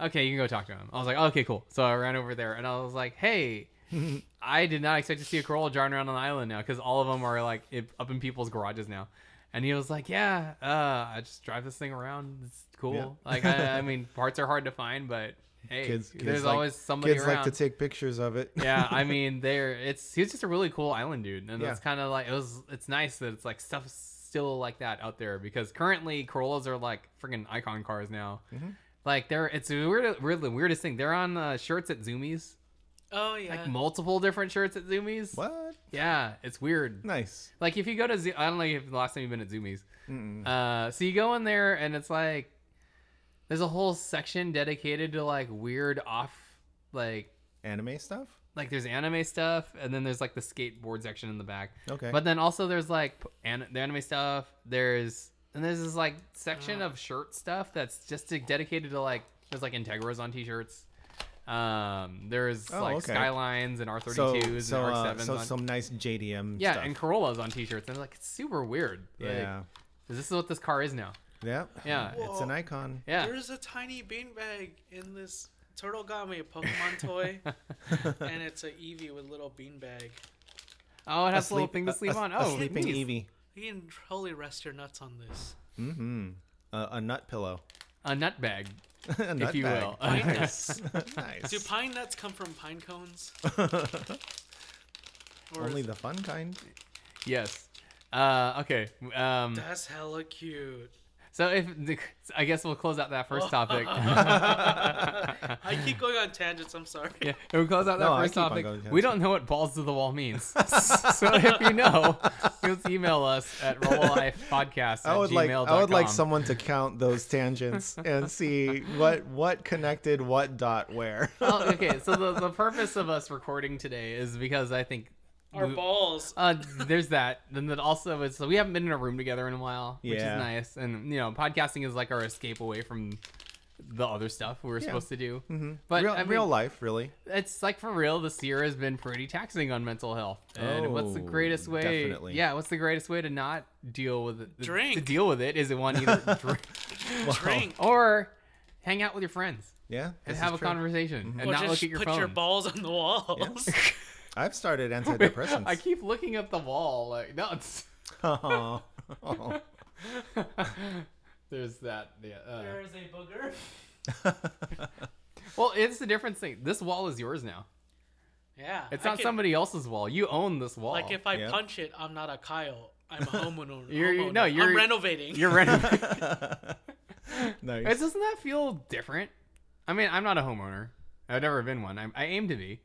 "Okay, you can go talk to him." I was like, "Okay, cool." So I ran over there and I was like, "Hey." I did not expect to see a Corolla driving around on the island now because all of them are like ip- up in people's garages now. And he was like, "Yeah, uh, I just drive this thing around. It's cool.
Yeah.
Like, I, I mean, parts are hard to find, but hey,
Kids, kids
there's
like-
always somebody
Kids
around."
like to take pictures of it.
yeah, I mean, there. It's he's just a really cool island dude, and
Yeah.
it's kind of like it was. It's nice that it's like stuff still like that out there because currently Corollas are like freaking icon cars now.
Mm-hmm.
Like they're it's the weird, weird, the weirdest thing. They're on uh, shirts at Zoomies,
Oh yeah.
like multiple different shirts at Zoomies.
what?
Yeah, it's weird.
Nice.
Like if you go to Zoo, I don't know if the last time you've been at Zoomies.
Mm.
Uh, so you go in there and it's like there's a whole section dedicated to like weird off like
Anime stuff.
like there's anime stuff and then there's like the skateboard section in the back
Okay.
but then also there's like p- an- the anime stuff there's and there's this like section of shirt stuff that's just to, dedicated to like there's like integras on t-shirts um there's
Oh,
like
okay.
skylines and
so
r32s
so,
and
uh,
r7s
so
on,
some nice JDM
yeah
stuff.
and corollas on t-shirts and like it's super weird like,
yeah.
'cause this is what this car is now
Yeah.
yeah
It's an
Whoa.
icon.
yeah
There's a tiny beanbag in this. Turtle got me a Pokemon toy, and it's an Eevee with little beanbag.
oh it has a little
Sleep-
thing to
a-
sleep
a-
on
a
oh
sleeping
nice.
Eevee.
You can totally rest your nuts on this.
Mm-hmm. Uh, a nut pillow.
a nut bag
a nut
if you
bag.
will
Pine nuts.
nice.
Do pine nuts come from pine cones? Or
Only
is-
the fun kind.
yes uh okay um
That's hella cute.
So if the, I guess we'll close out that first topic.
I keep going on tangents. I'm sorry.
yeah, we'll close out that
No, I
first
keep on
topic.
going, yeah,
We
it's
don't know what balls to the wall means. so if you know, just email us at rollifepodcast
I would
at
like
gmail.com.
I would like someone to count those tangents and see what what connected what dot where.
Oh, okay, so the, the purpose of us recording today is because I think
Our
we-
balls.
uh, there's that. And then also is so we haven't been in a room together in a while, which
Yeah.
is nice. And you know, podcasting is like our escape away from the other stuff we were supposed to do. Mm-hmm. But
real,
I mean,
real life, really.
it's like for real this year has been pretty taxing on mental health and what's the
Oh,
greatest way
definitely.
yeah what's the greatest way to not deal with it to
Drink.
deal with it is it one either drink
Drink.
or hang out with your friends
Yeah,
and
this
have
is
a
true. Mm-hmm.
conversation and
Or
not look
just
at your
put
phone
your balls on the walls.
I've started antidepressants.
i keep looking at the wall like no it's
Aw. Aw.
there's that yeah uh,
There is a booger.
well it's the difference thing this wall is yours now
Yeah.
It's
I
not
could-
somebody else's wall. You own this wall.
Like if I
Yeah.
punch it, I'm not a Kyle. I'm a homeowner.
You're- you-
homeowner.
no, you're-
I'm renovating.
you're renovating.
nice.
It's- Doesn't that feel different? I mean, I'm not a homeowner. I've never been one. I, I aim to be.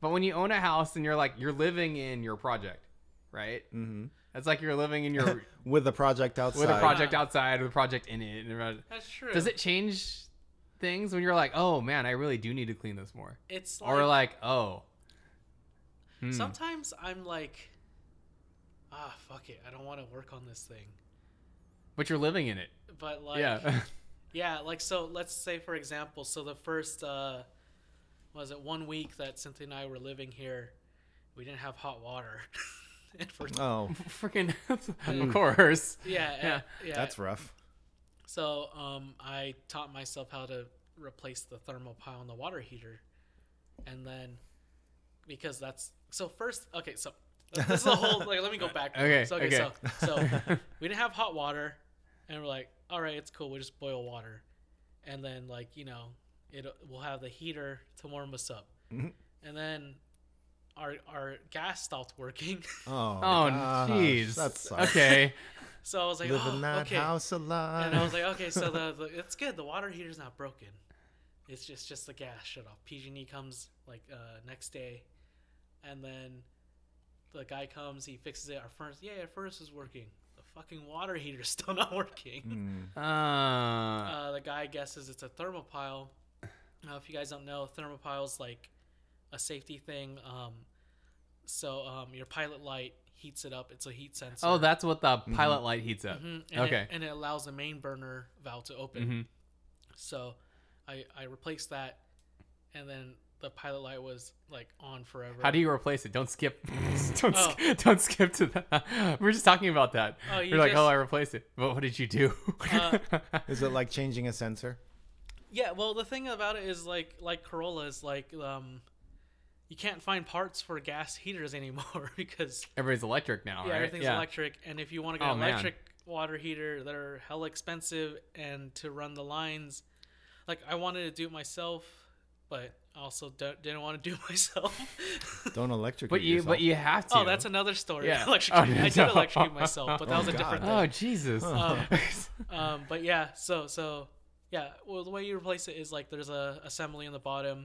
But when you own a house and you're like, you're living in your project, right?
Mhm.
It's like you're living in your
With the project outside.
with a project
Yeah.
outside, with a project in it. And
That's true.
does it change things when you're like, oh man, I really do need to clean this more,
It's like,
or like, oh, hmm,
sometimes I'm like, ah, fuck it. I don't want to work on this thing.
but you're living in it.
But like,
yeah,
Yeah, like so. Let's say, for example, so the first uh, was it one week that Cynthia and I were living here, we didn't have hot water, and for
Oh,
freaking,
Hmm.
of course.
yeah, yeah, yeah.
that's rough.
so um, I taught myself how to replace the thermal pile in the water heater, and then because that's so first. Okay, so this is the whole. Like, let me go back.
Okay,
So,
okay.
So,
Oh,
so we didn't have hot water, and we're like, all right, it's cool. We'll just boil water, and then like you know, it we'll have the heater to warm us up,
Mhm.
and then our our gas stopped working.
Oh,
Oh,
gosh,
jeez.
That sucks.
Okay.
so I was like,
Live
oh,
in that
okay.
house alive.
And I was like, okay, so the, the it's good. The water heater's not broken. It's just just the gas shut off. PG&E E comes like uh, next day, and then the guy comes. He fixes it. Our furnace, yeah, our furnace is working. The fucking water heater's still not working.
Mm.
Uh,
Uh, the guy guesses it's a thermopile. Now, if you guys don't know, thermopile's like a safety thing. Um, so um, your pilot light heats it up. It's a heat sensor.
oh, that's what the pilot light heats up.
Mhm, and
Okay.
It, and it allows the main burner valve to open.
hmm
So I I replaced that and then the pilot light was like on forever.
How do you replace it? Don't skip. don't,
Oh.
sk- don't skip to that. We We're just talking about that.
Oh, you
You're like,
just-
oh, I replaced it. But what did you do?
Uh,
Is it like changing a sensor?
Yeah, well the thing about it is like like Corolla is like um you can't find parts for gas heaters anymore because
Everybody's electric now,
yeah,
right?
everything's electric and if you want to get
Oh,
an
man.
electric water heater they're hella expensive and to run the lines like I wanted to do it myself but I also don't, didn't want to do it myself.
Don't electrocute
But you,
yourself.
but you have to.
Oh, that's another story.
Yeah.
Electrocute-
Oh,
I did
no.
electrocute myself, but that
Oh,
was a different thing.
God.
Oh, Jesus.
Huh.
um, but yeah, so so yeah. Well, the way you replace it is like there's a assembly on the bottom.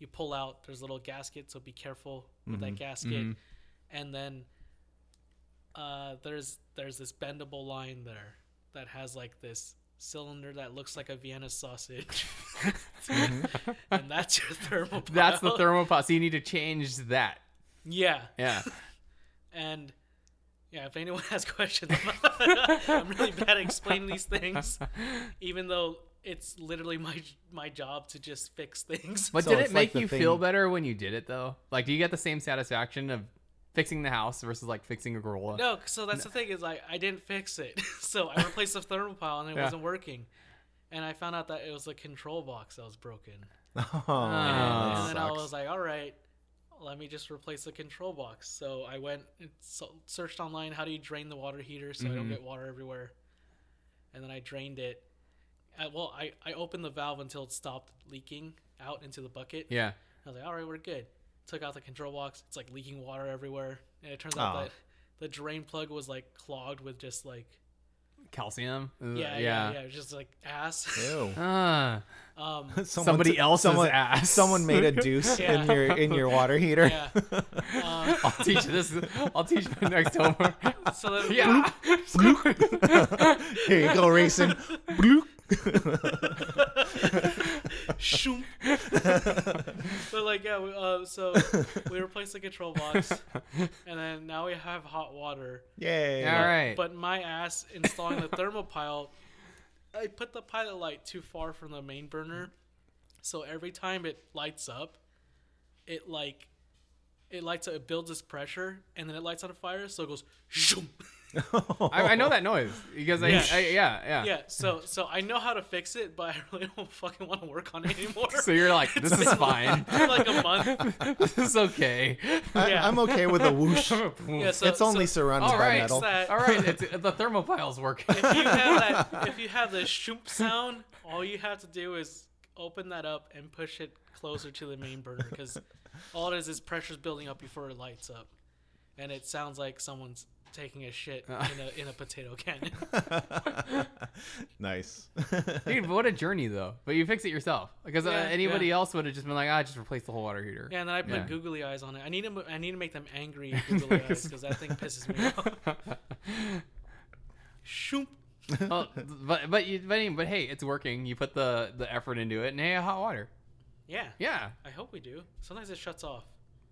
You pull out. There's a little gasket, so be careful with that gasket.
Mhm.
And then uh, there's there's this bendable line there that has like this cylinder that looks like a Vienna sausage, and that's your thermal.
that's the thermopile. So you need to change that.
Yeah.
Yeah.
And yeah, if anyone has questions, I'm, I'm really bad at explaining these things, even though it's literally my my job to just fix things.
But
So
did it
it's like
make
the
you
thing-
feel better when you did it though? Like, do you get the same satisfaction of fixing the house versus like fixing a gorilla?
no, so that's the thing is like I didn't fix it, so I replaced the thermopile and it
Yeah.
wasn't working. And I found out that it was the control box that was broken.
oh,
Oh.
Um, and
that
then I
sucks.
was like, all right, let me just replace the control box. So I went and so- searched online how do you drain the water heater so I don't
Mhm.
get water everywhere. And then I drained it. Uh, well, I, I opened the valve until it stopped leaking out into the bucket.
Yeah.
I was like, all right, we're good. Took out the control box. It's like leaking water everywhere. And it turns out
Aw.
that the drain plug was like clogged with just like,
Calcium. Uh,
yeah, yeah, yeah, it was just like ass.
Ew.
Ah.
um,
Someone
Somebody
t-
else's
someone,
ass.
Someone made a deuce
Yeah.
in your in your water heater.
yeah. Um,
I'll teach this. I'll teach my next homework.
so then,
Yeah.
Here you go, racing.
Shoom. but like yeah, we, uh, so we replaced the control box, and then now we have hot water.
Yay!
All right.
But my ass installing the thermopile, I put the pilot light too far from the main burner, so every time it lights up, it like. It lights up, it builds this pressure, and then it lights on fire, so it goes, shoom.
I, I know that noise because I,
oh. Yeah.
I yeah, yeah.
yeah. So, so I know how to fix it, but I really don't fucking want to work on it anymore.
So you're like, this is fine.
like a month.
this is okay.
I,
Yeah.
I'm okay with a whoosh.
Yeah, so,
it's only
so
surrounded
All
by
right,
metal.
that-
All right, it's, the thermopile's working.
if you have that, if you have the shoop sound, all you have to do is open that up and push it closer to the main burner because All it is is pressure's building up before it lights up, and it sounds like someone's taking a shit in
Uh.
a in a potato cannon.
nice.
Dude, what a journey though. But you fix it yourself because uh,
Yeah,
anybody
yeah.
else would have just been like, ah, just replace the whole water heater.
Yeah, and then I put
Yeah.
googly eyes on it. I need to mo- I need to make them angry googly eyes because that thing pisses me off. Shoop.
Oh, but but you, but, anyway, but hey, it's working. You put the the effort into it, and hey, hot water.
Yeah.
Yeah,
I hope we do. Sometimes it shuts off.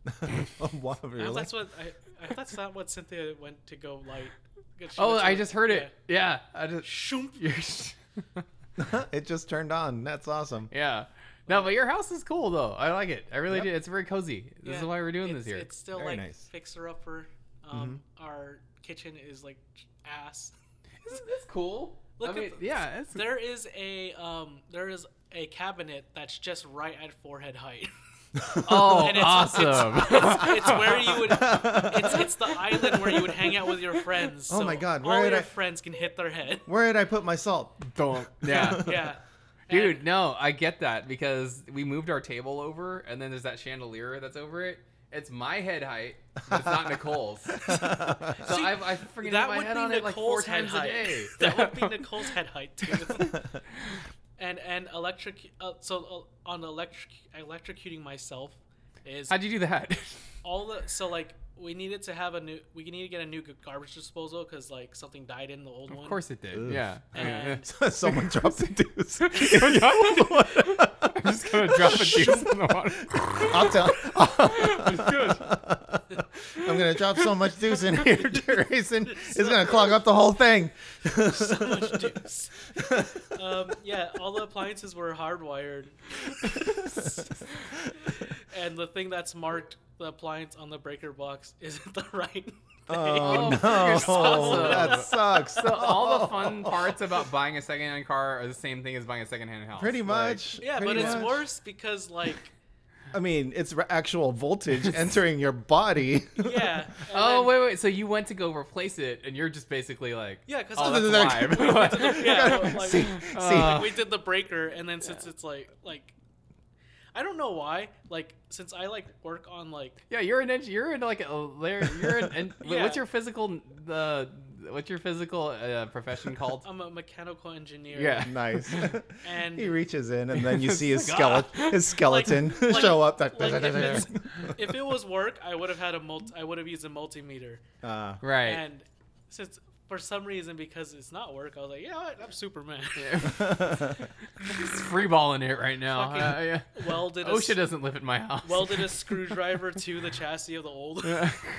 oh, wow,
I hope
really?
that's what I, I hope that's not what Cynthia went to go light. Because she
Oh,
went to-
I just heard it.
yeah.
Yeah, I just.
Shoomp.
You're-
it just turned on. That's awesome.
yeah. No, but your house is cool though. I like it. I really
Yep.
do. It's very cozy. This is
Yeah,
why we're doing
it's,
this here.
It's still
Very
like
nice. Mm-hmm.
fixer upper. Um, Our kitchen is like ass.
Isn't this cool?
Look
I
at
mean,
the-
yeah, it's,
There is a um, there is a cabinet that's just right at forehead height.
oh,
and it's-
awesome!
it's where you would it's, it's the island where you would hang out with your friends.
Oh
so
my God,
all
where did
your
I-
friends can hit their head.
Where did I put my salt?
Don't. Yeah,
Yeah,
dude.
And-
No, I get that because we moved our table over, and then there's that chandelier that's over it. It's my head height. But it's not Nicole's. So
See,
I've, I freaking hit
that
my
would
head
be
on it like four
Nicole's head
times a
height.
day.
that would be Nicole's head height too. and and electric. Uh, so uh, on electric electrocuting myself is
How'd you do that?
all the so like we needed to have a new we need to get a new garbage disposal because like something died in the old one.
of course it did.
Oof.
Yeah.
And-
Someone dropped the deuce.
I'm just gonna drop a deuce in the water.
I'll tell.
Good.
I'm gonna drop so much deuce in here, Jason. It's gonna clog up the whole thing.
so much deuce. um, yeah, all the appliances were hardwired. and the thing that's marked the appliance on the breaker box isn't the right thing.
Oh,
you're so
no,
sad.
that sucks.
So all the fun parts about buying a secondhand car are the same thing as buying a secondhand house.
Pretty
Like,
much.
yeah,
pretty
but it's
much.
worse because like
I mean, it's re- actual voltage entering your body.
yeah. and
oh
then-
wait, wait. So you went to go replace it, and you're just basically like,
Yeah, because
oh,
that's
that's
like-
live.
yeah, but, like,
see, see,
Uh,
we did the breaker, and then since it's like like. I don't know why. Like, since I like work on like
yeah, you're an engineer. You're in like a layer. You're an. And
Yeah.
What's your physical? The what's your physical uh, profession called?
I'm a mechanical engineer.
Yeah.
nice.
And-
he reaches in, and then you see his
Like,
skeleton, his skeleton
like-
show up. That
like, if, it's, if it was work, I would have had a multi, I would have used a multimeter.
uh,
Right.
And since for some reason, because it's not work, I was like, you know what, I'm Superman.
Just free balling it right now.
Fucking-
Uh, yeah.
welded a, s-
OSHA doesn't live at my house.
welded a screwdriver to the chassis of the old.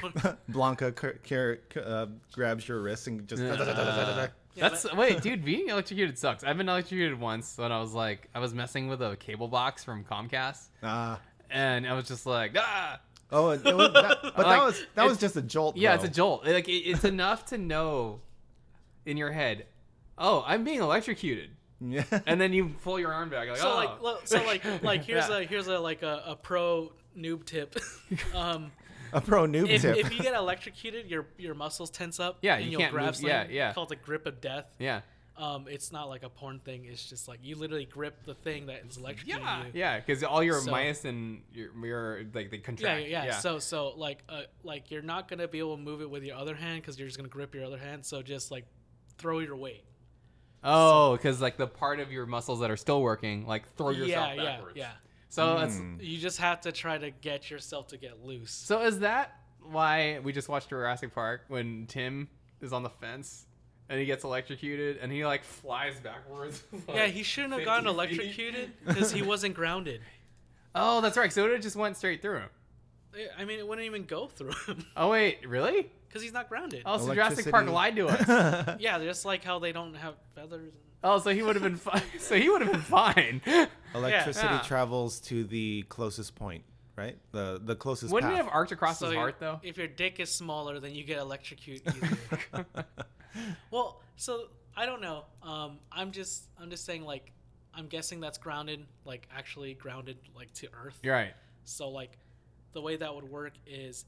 Blanca cur- cur- uh, grabs your wrist and just.
Yeah,
That's
but-
wait, dude. Being electrocuted sucks. I've been electrocuted once when I was like, I was messing with a cable box from Comcast,
Ah.
and I was just like, ah,
Oh, it was that, but
Like,
that was that was
it's-
just a jolt.
yeah,
though.
it's a jolt. Like it, it's enough to know in your head, oh, I'm being electrocuted,
Yeah.
and then you pull your arm back. Like,
so
oh.
like lo- so like like here's
Yeah.
a here's a like a, a pro noob tip. um,
a pro noob
if,
tip.
if you get electrocuted, your your muscles tense up.
Yeah,
and
you
will
can't
grab
move- yeah,
something
yeah.
Called the grip of death.
yeah,
Um, it's not like a porn thing. It's just like you literally grip the thing that is electrocuting
yeah,
you.
yeah, because all your
So-
myosin, your, your like they
Yeah,
contract.
yeah, yeah. So, so like, uh, like you're not gonna be able to move it with your other hand because you're just gonna grip your other hand. So just like, throw your weight.
oh, because like the part of your muscles that are still working, like throw yourself
yeah, yeah,
backwards.
yeah.
So it's
You just have to try to get yourself to get loose.
So is that why we just watched Jurassic Park when Tim is on the fence and he gets electrocuted and he like flies backwards?
yeah,
like
he shouldn't have
50
gotten
feet?
electrocuted because he wasn't grounded.
Oh, that's right. So it would've just went straight through him.
I- I mean, it wouldn't even go through him
Oh wait, really?
because he's not grounded.
Oh, so Jurassic's Jurassic Park lied to us.
us.
Yeah, just like how they don't have feathers.
Oh, so he would have been fine. So he would have been fine.
Electricity
Yeah.
travels to the closest point, right? The the closest.
Wouldn't it
path.
have arced across
So
his
you-
heart though?
If your dick is smaller, then you get electrocuted. easier. well, so I don't know. Um, I'm just I'm just saying like I'm guessing that's grounded, like actually grounded, like to Earth.
You're right.
So like the way that would work is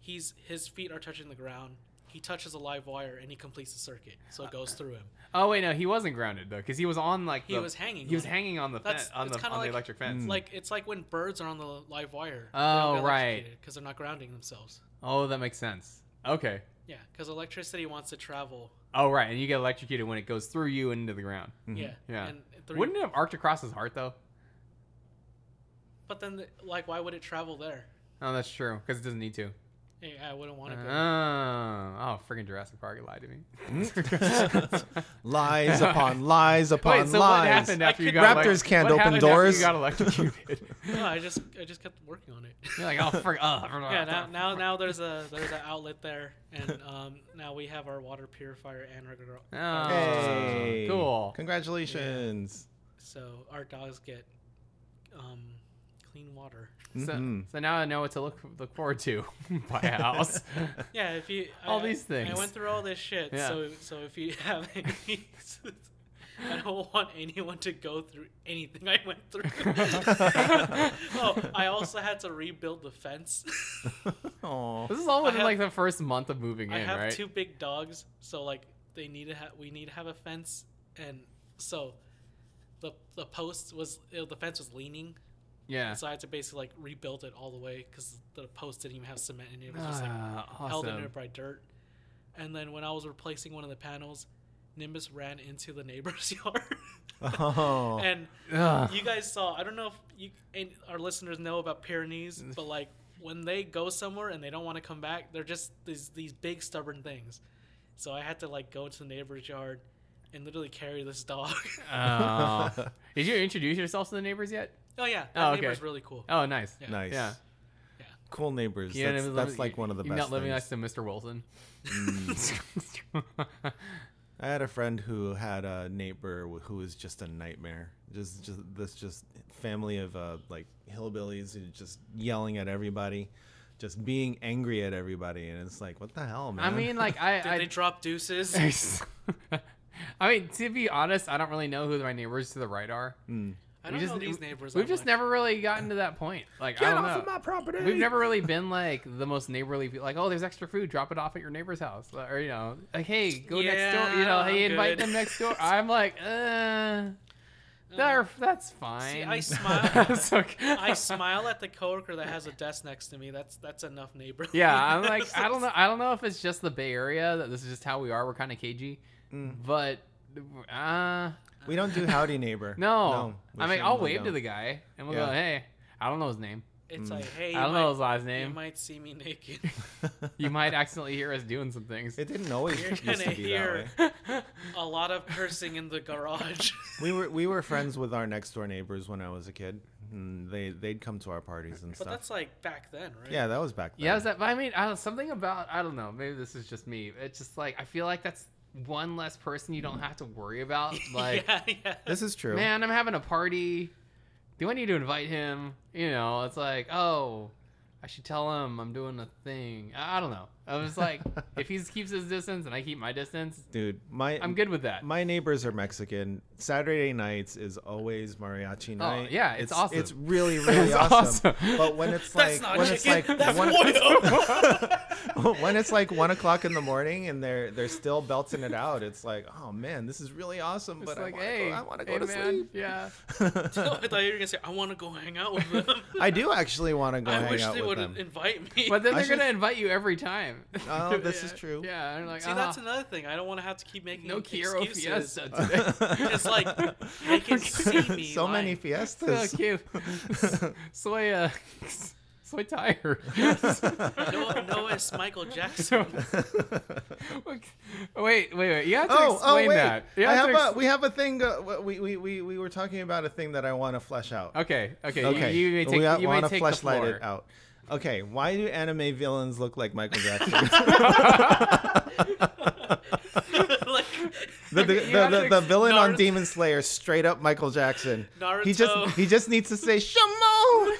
he's his feet are touching the ground. he touches a live wire and he completes the circuit, so it goes through him.
Oh wait, no, he wasn't grounded though, because he was on like
He
the-
was hanging
He was
on it.
hanging on the
That's-
fence, on
it's
the
kinda
on the
like-
electric fence.
Mm.
Like it's like when birds are on the live wire.
Hmm. Oh, right.
Because they're not grounding themselves.
oh, that makes sense. Okay.
Yeah, because electricity wants to travel.
Oh right, and you get electrocuted when it goes through you and into the ground.
Mhm.
Yeah.
Mm-hmm. Yeah.
And through,
Wouldn't it have arced across his heart though?
But then, the- like, why would it travel there?
Oh, that's true, because it doesn't need to.
Yeah, I wouldn't
Oh,
want to go.
oh, freaking Jurassic Park it lied to
Hmm?
me.
lies upon lies upon
Wait, so
lies.
what happened after you
could-
got
Raptors can't
what
open
happened after
doors.
You got electrocuted.
No, I just I just kept working on it.
You're like, oh, frick, oh,
yeah, now, now now there's a there's an outlet there, and um, now we have our water purifier and our gar-
Oh,
Hey,
cool.
Congratulations.
so our dogs get um, clean water.
So,
Mhm.
so now I know what to look look forward to. Buy a house.
Yeah, if you
All
I-
these
I
things.
went through all this shit.
Yeah.
So so if you have any, I don't want anyone to go through anything I went through. oh, I also had to rebuild the fence.
Aw.
this is all
I
within
have-
like the first month of moving
I
in,
have
right?
two big dogs, so like they need to have we need to have a fence, and so the the post was you know, the fence was leaning,
yeah.
so I had to basically like rebuild it all the way because the post didn't even have cement in it. It was just like
Ah,
held in
awesome.
there by dirt. And then when I was replacing one of the panels, Nimbus ran into the neighbor's yard.
Oh.
and
Ugh.
you guys saw, I don't know if you and our listeners know about Pyrenees, but like when they go somewhere and they don't want to come back, they're just these these big stubborn things. So I had to like go into the neighbor's yard and literally carry this dog.
Oh. Did you introduce yourself to the neighbors yet?
oh yeah, that
Oh, okay.
neighbor's really cool.
Oh, nice.
Yeah.
Nice.
Yeah.
Cool neighbors.
You
that's
know,
that's like one of the
you're
best
not living
things. Mm.
next to Mr. Wilson.
I had a friend who had a neighbor wh- who was just a nightmare. Just, just this, just family of uh, like hillbillies who just yelling at everybody, just being angry at everybody, and it's like, what the hell, man?
I mean, like I,
Did
I
they drop deuces?
I mean, to be honest, I don't really know who my neighbors to the right are.
Mm.
I don't
just-
know these neighbors.
We've
that
just
much.
never really gotten to that point. Like, I
get
don't
off
know.
of my property.
We've never really been like the most neighborly. pe- Like, oh, there's extra food, drop it off at your neighbor's house, or you know, like, hey, go next door. You know,
Yeah,
hey,
I'm
invite
good.
them next door. I'm like, uh, they're- that's fine.
I smile-
It's okay.
I smile at the coworker that has a desk next to me. That's that's enough neighbor.
Yeah, I'm like, I don't know. I don't know if it's just the Bay Area that this is just how we are. We're kind of cagey,
Mm-hmm.
but uh,
Mm. we don't do howdy neighbor.
no.
we
I mean, I'll
certainly
wave to
don't.
the guy and we'll go,
Yeah.
hey, I don't know his name.
It's like, hey, you
I don't know his
might,
last
you
name.
might see me naked.
You might accidentally hear us doing some things.
It didn't always
You're
used
gonna
to be that way.
hear a lot of cursing in the garage.
We were we were friends with our next door neighbors when I was a kid. And they they'd come to our parties and
but
stuff.
that's like back then, right?
Yeah, that was back then.
Yeah, is that, but I mean, I don't, something about I don't know. Maybe this is just me. It's just like I feel like that's one less person you
Mm.
don't have to worry about. Like,
yeah, yeah.
this is true.
man, I'm having a party. Do I need to invite him? You know, it's like, oh, I should tell him I'm doing a thing. I, I don't know. I was like, if he keeps his distance and I keep my distance,
Dude, my
I'm good with that.
My neighbors are Mexican. Saturday nights is always mariachi night.
yeah, it's awesome.
It's really really
It's
awesome.
awesome.
But when it's
That's
like
not
when
chicken.
it's like
that's
one,
pollo.
when it's like one o'clock in the morning and they're they're still belting it out, it's like oh man, this is really awesome.
It's
but
like,
I wanna
hey,
go, I want to go
hey,
to
man,
sleep.
Yeah.
I thought you were gonna say I want to go hang out with them.
I do actually want to go
I
hang
wish
out
they
with
would
them.
invite me.
But then
I
they're
should-
gonna invite you every time.
Oh, this is
Yeah.
true.
Yeah, and like,
See, that's
"Ah,
another thing. I don't want to have to keep making
no Kiro
excuses.
Fiesta today.
It's like they can see me.
so many
lying.
fiestas.
So uh-huh. cute. soy, uh, soy tired.
No, no, it's Michael Jackson.
wait, wait, wait. You have to
Oh, oh
explain
wait!
that. You
I
have
have
to
a, we have a thing. Go, we, we, we, we were talking about a thing that I want to flesh out.
Okay, okay.
Okay.
You, you may take,
we
you may
want to
take the
fleshlight
floor.
it out. Okay, why do anime villains look like Michael Jackson?
like
the, the,
You
the,
have
the,
to
the
ex-
villain on
Naruto-
Demon Slayer, straight up Michael Jackson. He
Naruto.
just he just needs to say Shamo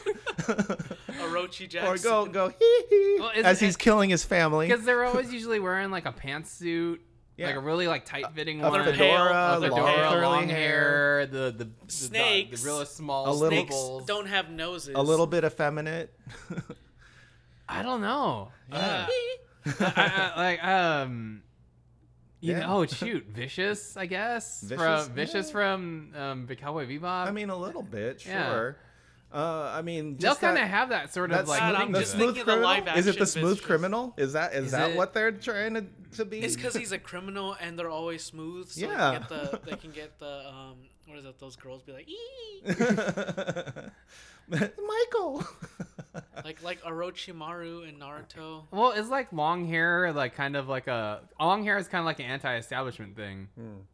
Orochi Jackson.
or go go hee hee
Well, isn't
as he's
it-
killing his family.
Because they're always usually wearing like a pantsuit,
Yeah.
like a really like tight fitting
A
one.
they're pale,
fedora,
a
with their
long,
fedora, long,
curly hair,
hair, the the, the
Snakes.
the, real small
A little-
snakes.
Snakes don't have noses.
a little bit effeminate.
I don't know.
Uh,
I, I, like um you
Yeah.
know, oh shoot, vicious, I guess.
Vicious,
from vicious
yeah.
from um Cowboy Bebop.
I mean, a little bit,
Yeah.
sure. Uh, I mean,
they'll
just that-
kind of have that sort
that
of like
God,
smooth,
I'm
the
just
smooth
thinking the
criminal.
live
is it
action
the smooth
bitches.
criminal? Is that is,
Is
that
it-
what they're trying to, to be?
It's because he's a criminal and they're always smooth, so
Yeah.
they can get the they can get the um what is it? Those girls be like ee
Michael.
like like Orochimaru and Naruto.
well, it's like long hair, like kind of like a long hair is kind of like an anti-establishment thing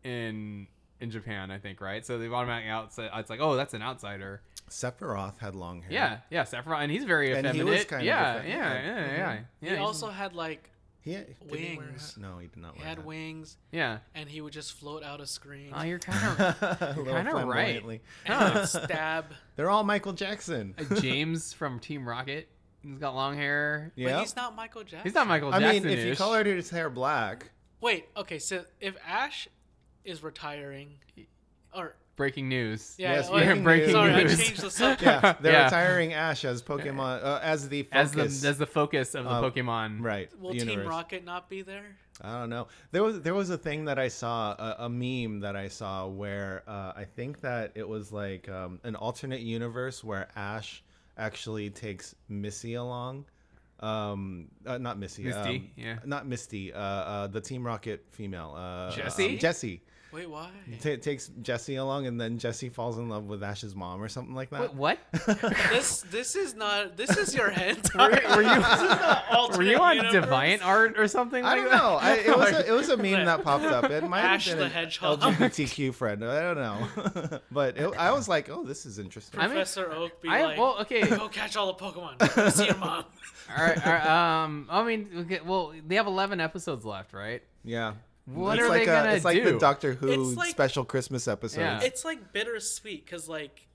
in in Japan, I think, right? So they've automatically outside. It's like, oh, that's an outsider.
Sephiroth had long hair.
Yeah, yeah, Sephiroth, and he's very
And
effeminate.
he was kind of
yeah,
effeminate.
yeah, yeah, yeah,
Mhm.
yeah,
He
he's- Oh,
also had like
He, did He wear a
Wings.
hat? no, he did not
he
wear a
had
hat.
wings
yeah.
and he would just float out a screen
Oh, you're kind of
A little
kinda right.
flamboyantly.
and would stab.
They're all Michael Jackson.
James from Team Rocket. He's got long hair.
But
Yeah.
he's not Michael Jackson.
He's not Michael
I
Jackson.
mean, if you colored his hair black,
Wait, okay, so if Ash is retiring or
breaking news.
yeah,
Yes,
oh,
breaking
breaking
sorry,
news.
I changed the subject.
yeah, they're
Yeah.
retiring Ash as Pokemon uh, as the
As
focus.
the as the focus of the
Uh,
Pokemon.
right.
Will Team
universe.
Rocket not be there?
I don't know. There was there was a thing that I saw a, a meme that I saw where uh, I think that it was like um, an alternate universe where Ash actually takes Missy along. Um, uh, not Missy.
Misty,
um,
yeah.
Not Misty. Uh, uh, the Team Rocket female. Uh,
Jessie?
um, Jessie
Wait, why?
ta takes Jessie along, and then Jessie falls in love with Ash's mom or something like that.
Wait, what?
this this is not this is your hand.
were you-
you
Were you on Deviant Art or something
I
like
don't
that?
know. I, it was a, it was a meme that popped up. It might
Ash
have
the
been an
Hedgehog.
LGBTQ friend. I don't know, but it, I was like, oh, this is interesting.
I'm-
Professor Oak be
I-
like,
well, uh, okay.
go catch all the Pokemon. See your mom.
all right, all right, um, I mean, okay, well, they have 11 episodes left, right?
yeah.
What
it's
are
like
they
a-
gonna
It's like the
do?
Doctor Who
It's like-
special Christmas episode.
Yeah.
It's like bittersweet because like,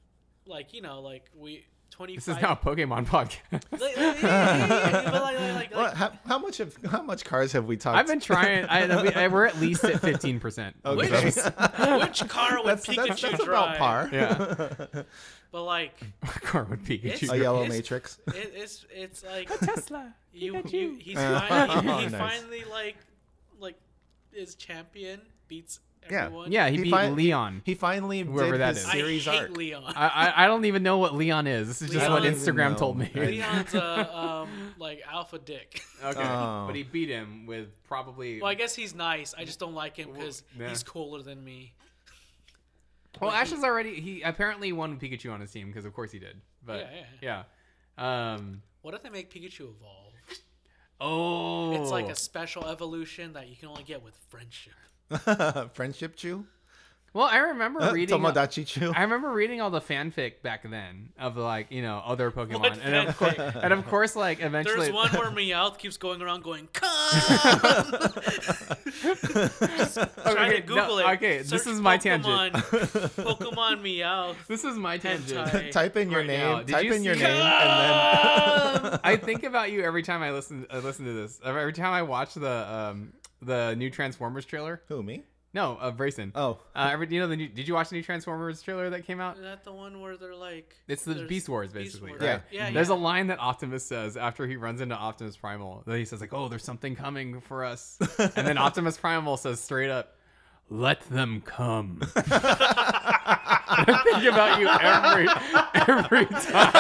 like you know, like we twenty
This is
five.
now a Pokemon podcast.
Like, like, but like, like, like,
What, how, how much of how much cars have we talked?
I've been trying. I, we- I- we're at least at 15%.
Okay.
Which-
which car would
that's,
Pikachu
that's, that's
drive?
about par.
Yeah,
But like,
Carwood Pikachu.
A yellow
It's-
matrix.
it, it's it's like
Tesla.
you, you he's
Uh,
finally, he
nice.
finally like like is champion beats
Yeah.
everyone.
Yeah, he,
He
beat
fin-
Leon.
He finally
Whoever
did
that
his
is.
I
series
hate
arc.
Leon.
I, I I don't even know what Leon is. This is just
Leon-
what
I don't even
Instagram
know.
told me.
I-
Leon's uh, um like alpha dick.
Okay,
Oh.
but he beat him with probably.
Well, I guess he's nice. I just don't like him
Well,
because
yeah.
he's cooler than me.
well, Ash is already. He apparently won with Pikachu on his team because, of course, he did. But
Yeah,
yeah, Um.
What if they make Pikachu evolve?
Oh,
It's like a special evolution that you can only get with friendship.
Friendship Chew,
Well, I remember
Uh,
reading.
Tomodachi Chew.
I remember reading all the fanfic back then of like you know other Pokemon,
What
and of course,
fanfic?
and of course, like
There's
eventually,
one where Meowth keeps going around going, come! Try
Okay,
to Google
no,
it.
okay, this
Search
is my
Pokemon,
tangent.
Pokemon Meowth.
this is my tangent.
Hentai.
Type in your
Right now.
name.
Did
Type
you
in your
see-
name, and then
I think about you every time I listen. I listen to this. Every time I watch the um the new Transformers trailer.
who me?
No, uh, Brayson.
Oh,
Uh, every, you know the new, did you watch the new Transformers trailer that came out?
Is that the one where they're like.
It's the
there's
Beast Wars, basically,
Wars.
right?
Yeah, yeah.
There's a line that Optimus says after he runs into Optimus Primal. That he says like, "Oh, there's something coming for us," and then Optimus Primal says straight up, "Let them come." I think about you every every time,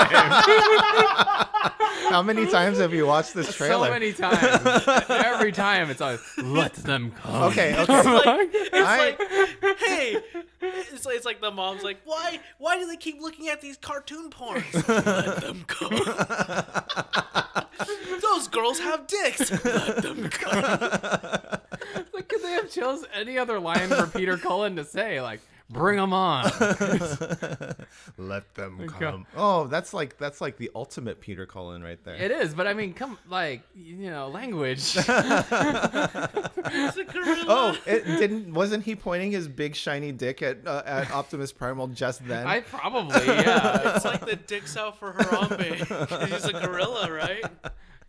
how many times have you watched this trailer?
so many times. Every time it's always, "Let them come."
Okay,
It's
okay.
like, it's
I-
like hey, it's, it's like the mom's like, why, why do they keep looking at these cartoon porns? Let them go. Those girls have dicks. Let them go.
Like, could they have chose any other line for Peter Cullen to say? Like, "Bring them on."
Let them
Okay.
come. Oh, that's like that's like the ultimate Peter Cullen right there.
It is, but I mean, come like you know, language.
It's a gorilla.
Oh, it didn't. Wasn't he pointing his big shiny dick at uh, at Optimus Primal just then?
I probably yeah.
It's like the dicks out for Harambe. 'Cause He's a gorilla, right?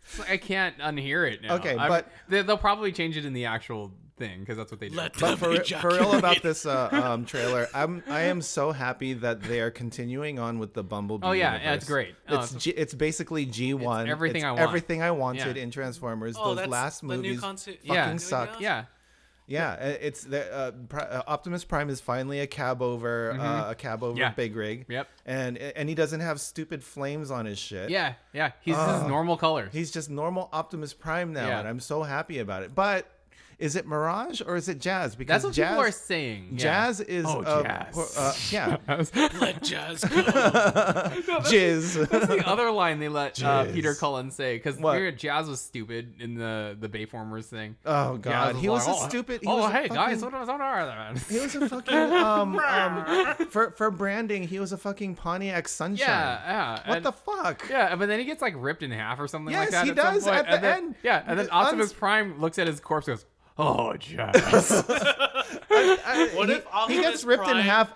It's like I can't unhear it now.
Okay,
I'm-
but-
they, they'll probably change it in the actual thing because that's what they do.
Let them
But for, for real
ejaculate.
about this uh, um, trailer, I'm I am so happy that they are continuing on with the Bumblebee.
Oh, yeah, yeah,
universe.
it's great. Oh,
it's
it's-
G, it's basically G1.
It's everything
It's
I want.
Everything I wanted
Yeah.
in Transformers.
Oh,
Those
that's
last
the new
movies
concept-
fucking
Yeah.
suck.
yeah,
Yeah, uh, it's the uh, Pri- uh, Optimus Prime is finally a cab over uh, a cab over
Mm-hmm. Yeah.
big rig.
Yep.
And and he doesn't have stupid flames on his shit.
yeah, yeah. He's
Uh,
his normal colors.
He's just normal Optimus Prime now,
Yeah.
and I'm so happy about it. But is it Mirage or is it Jazz?
That's
Because
what
Jazz,
people are saying. yeah.
Jazz is
Oh,
a-
Jazz.
uh, yeah,
That was-
Let jazz go.
That's
Jizz.
the other line they let uh,
Jizz.
Peter Cullen say because
What?
Jazz was stupid in the the Bayformers thing.
oh
Jazz
God, he was
like,
a
"Oh,
stupid. He
Oh,
was a
hey guys, what
fucking-
was on our other
He was a fucking um, um for for branding. He was a fucking Pontiac Sunshine.
Yeah, yeah.
What
and-
the fuck?
Yeah, but then he gets like ripped in half or something like
Yes,
that.
he
at some
does
point,
at the
and then-
end.
Yeah, and then
The
Optimus
uns-
Prime looks at his corpse and goes, "Oh, Jazz."
I-
What
he, he
if
gets
Optimus
ripped in
Prime-
half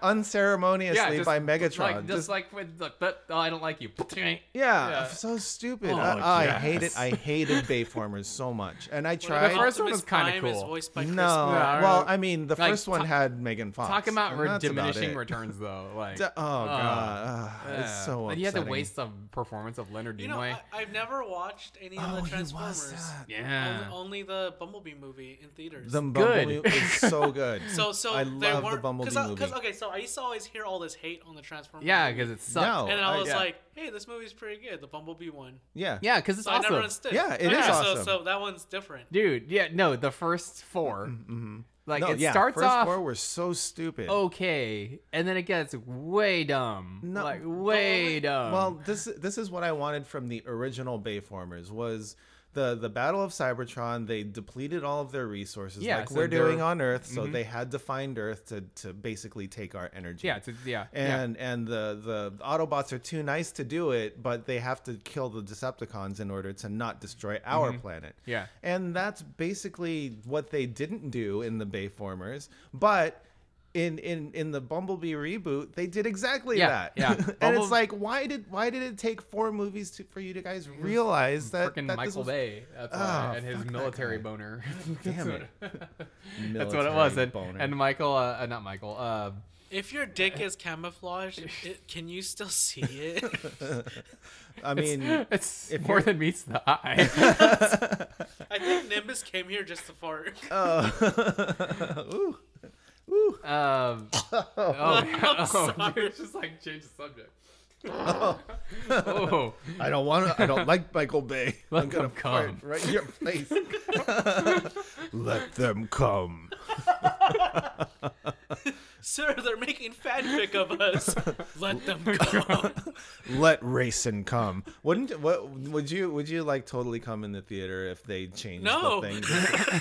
unceremoniously
yeah, just
by Megatron?
Like, just,
Just-
like with the, the oh, I don't like you.
yeah,
yeah.
so stupid.
Oh,
I, I hate it.
yes.
I hated Bayformers so much, and I
What about
tried.
The first one
Optimus
was kinda
Prime is
cool.
voiced by
no,
Chris
I
well,
don't-
I mean, the
Like,
first one
ta-
had Megan Fox.
Talking about
and
re-
that's about
diminishing
it.
returns though, like
D- Oh god, ugh, it's
yeah.
so.
Like, you had to
upsetting.
waste the performance of Leonard
You know,
Nimoy.
I, I've never watched any of
Oh, he
the
was
Transformers.
that.
yeah,
Only, only the Bumblebee movie in theaters.
The
Good.
Bumblebee is so good.
so, so
I
they
love
weren't,
the Bumblebee
cause I-
movie.
Cause, okay, so I used to always hear all this hate on the Transformers.
yeah,
movie.
because it sucked.
No.
and I was
Oh, yeah.
like, hey, this movie's pretty good. The Bumblebee one.
yeah,
Yeah, because it's
So I never
awesome,
understood.
Yeah, it
it is
is
So,
awesome.
so that one's different.
dude. Yeah, no, the first 4 like
Mm-hmm, no,
it
yeah.
starts
first
off Oh,
four were so stupid.
okay, and then it gets way dumb,
No,
like
the
way
only-
dumb.
Well, this this is what I wanted from the original Bayformers was the the Battle of Cybertron. They depleted all of their resources,
Yeah,
like
so
we're doing
they're- Mm-hmm.
on Earth. So they had to find Earth to to basically take our energy.
yeah, it's, it's- yeah, yeah.
and and the the Autobots are too nice to do it, but they have to kill the Decepticons in order to not destroy our
Mm-hmm.
planet.
Yeah.
and that's basically what they didn't do in the Bayformers, but. In, in in the Bumblebee reboot, they did exactly
Yeah,
that.
yeah.
and
Bumble-
it's like, why did why did it take four movies to, for you to guys realize that,
Freaking
that this
Michael
was-
Bay. That's
Ah,
why. And his
fuck that
military
guy.
boner.
Damn
that's
it.
What, that's what it
Military
was. And,
boner.
and Michael, uh, uh, not Michael, uh,
If your dick is camouflaged, it, can you still see it?
I mean,
it's
Mm. if
more
you're-
than meets the eye.
I think Nimbus came here just to fart.
uh, ooh, ooh.
um, oh,
I'm
oh,
sorry.
dude, just like change the subject. oh,
I don't want to. I don't like Michael Bay.
Let
I'm gonna
them come.
fart right in your face. Let them come.
Sir, they're making fanfic of us. Let them go.
Let racing come. Wouldn't what would you would you like totally come in the theater if they changed
No.
the thing?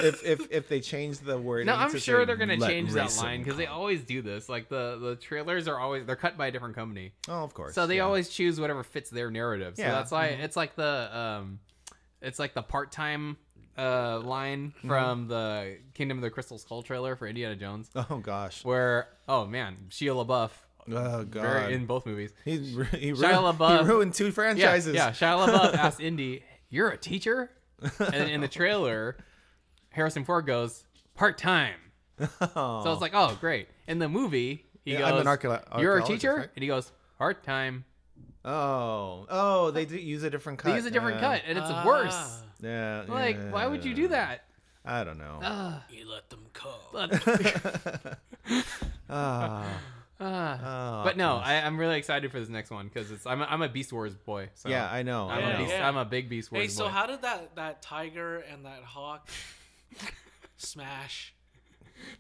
if, if if they changed the word.
no, I'm sure they're gonna change that
racing
line because they always do this. Like the the trailers are always they're cut by a different company.
Oh, of course.
So they
yeah.
always choose whatever fits their narrative. So
Yeah. Mm-hmm.
that's why it's like the um, it's like the part time uh line
Mm-hmm.
from the Kingdom of the Crystal Skull trailer for Indiana Jones,
Oh gosh.
where oh man, Shia LaBeouf,
Oh god.
very in both movies.
he, ru- he, ru-
Shia LaBeouf-
he ruined two
Yeah,
franchises.
yeah. Shia LaBeouf asks Indy, "You're a teacher?" And in the trailer, Harrison Ford goes part time. So it's like, oh great. In the movie, he
Yeah,
goes,
I'm an archaeo-
"You're a
archaeologist,
teacher,"
right?
and he goes part time.
Oh, oh, they do use a different cut.
They use a different
yeah.
cut, and it's worse.
Ah,
Yeah.
Like, why would you do
yeah.
that? Uh.
I don't know.
Ugh.
You let them go.
Ah.
Ah.
Ah,
but no,
goodness.
I, I'm really excited for this next one because it's I'm a, I'm a Beast Wars boy. So
yeah, I know.
I'm,
I
a
know.
Beast,
Yeah.
I'm a big Beast Wars
Hey, so
boy.
how did that that tiger and that hawk smash?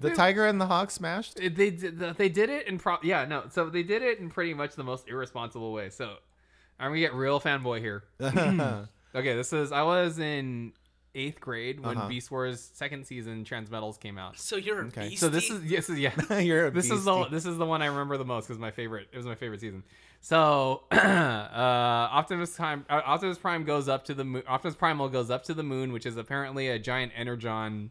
The tiger and the hawk smashed.
It- they did the- they did it in pro yeah no so they did it in pretty much the most irresponsible way. So I'm gonna get real fanboy here. Okay, this is I was in eighth grade when
Uh-huh.
Beast Wars second season Transmetals came out.
So you're a
Okay.
beastie.
So this is yes yeah.
You're a
this is the this is the one I remember the most because my favorite it was my favorite season. So uh, Optimus Prime uh, Optimus Prime goes up to the moon. Optimus Primal goes up to the moon, which is apparently a giant energon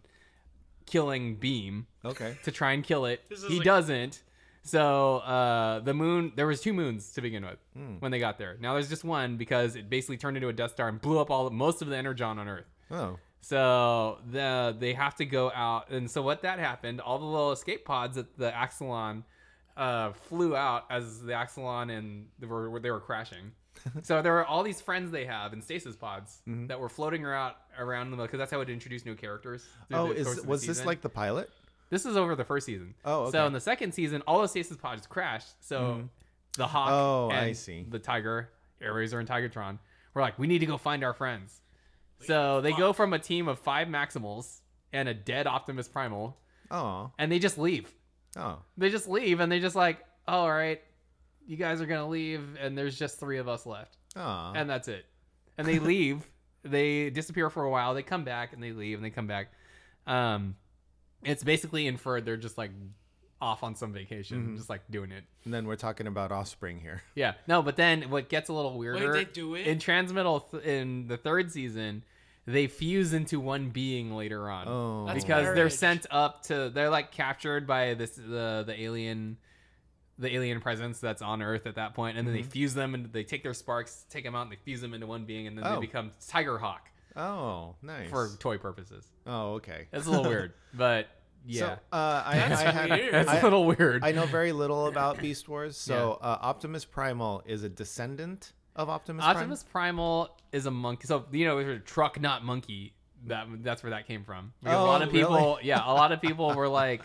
killing beam
okay.
to try and kill it.
This is
He
like-
doesn't. So uh, the moon there was two moons to begin with
Hmm.
when they got there. Now there's just one because it basically turned into a Death Star and blew up all most of the energon on Earth.
Oh,
So the they have to go out, and so what that happened? All the little escape pods that the Axelon uh, flew out as the Axelon and they were they were crashing. so there are all these friends they have in stasis pods
Mm-hmm.
that were floating around around them because that's how it introduced new characters. through the
Oh,
course
is
of the
was this
season.
like the pilot?
this is over the first season?
Oh,
so
okay. Mm-hmm.
in the second season, all the stasis pods crashed. So the hawk,
Oh,
and
I see.
the tiger, Air Razor and Tigertron, were like, we need to go find our friends. So they go from a team of five Maximals and a dead Optimus Primal,
Oh,
and they just leave.
oh,
They just leave, and they just like, all right, you guys are gonna leave, and there's just three of us left,
oh.
and that's it. And they leave. They disappear for a while. They come back, and they leave, and they come back. Um, it's basically inferred they're just like off on some vacation, just like doing it.
and then we're talking about offspring here.
Yeah, no, but then what gets a little weirder?
they do it?
in Transmetal th- in the third season. They fuse into one being later on
Oh,
That's
Um, because they're
marriage.
sent up to they're like captured by this the the alien the alien presence that's on earth at that point and
Mm-hmm.
then they fuse them and they take their sparks take them out and they fuse them into one being and then they
Oh.
become tiger hawk
oh, nice.
for toy purposes
oh, okay.
that's a little weird but yeah
So, uh, I,
That's
I, had,
weird.
that's
I-
a little weird
I know very little about Beast Wars. So uh, Optimus Primal is a descendant of Optimus. Prime?
Optimus Primal is a monkey. So you know, there's a truck, not monkey. That that's where that came from. Because a
Oh,
lot of people,
really?
yeah, a lot of people were like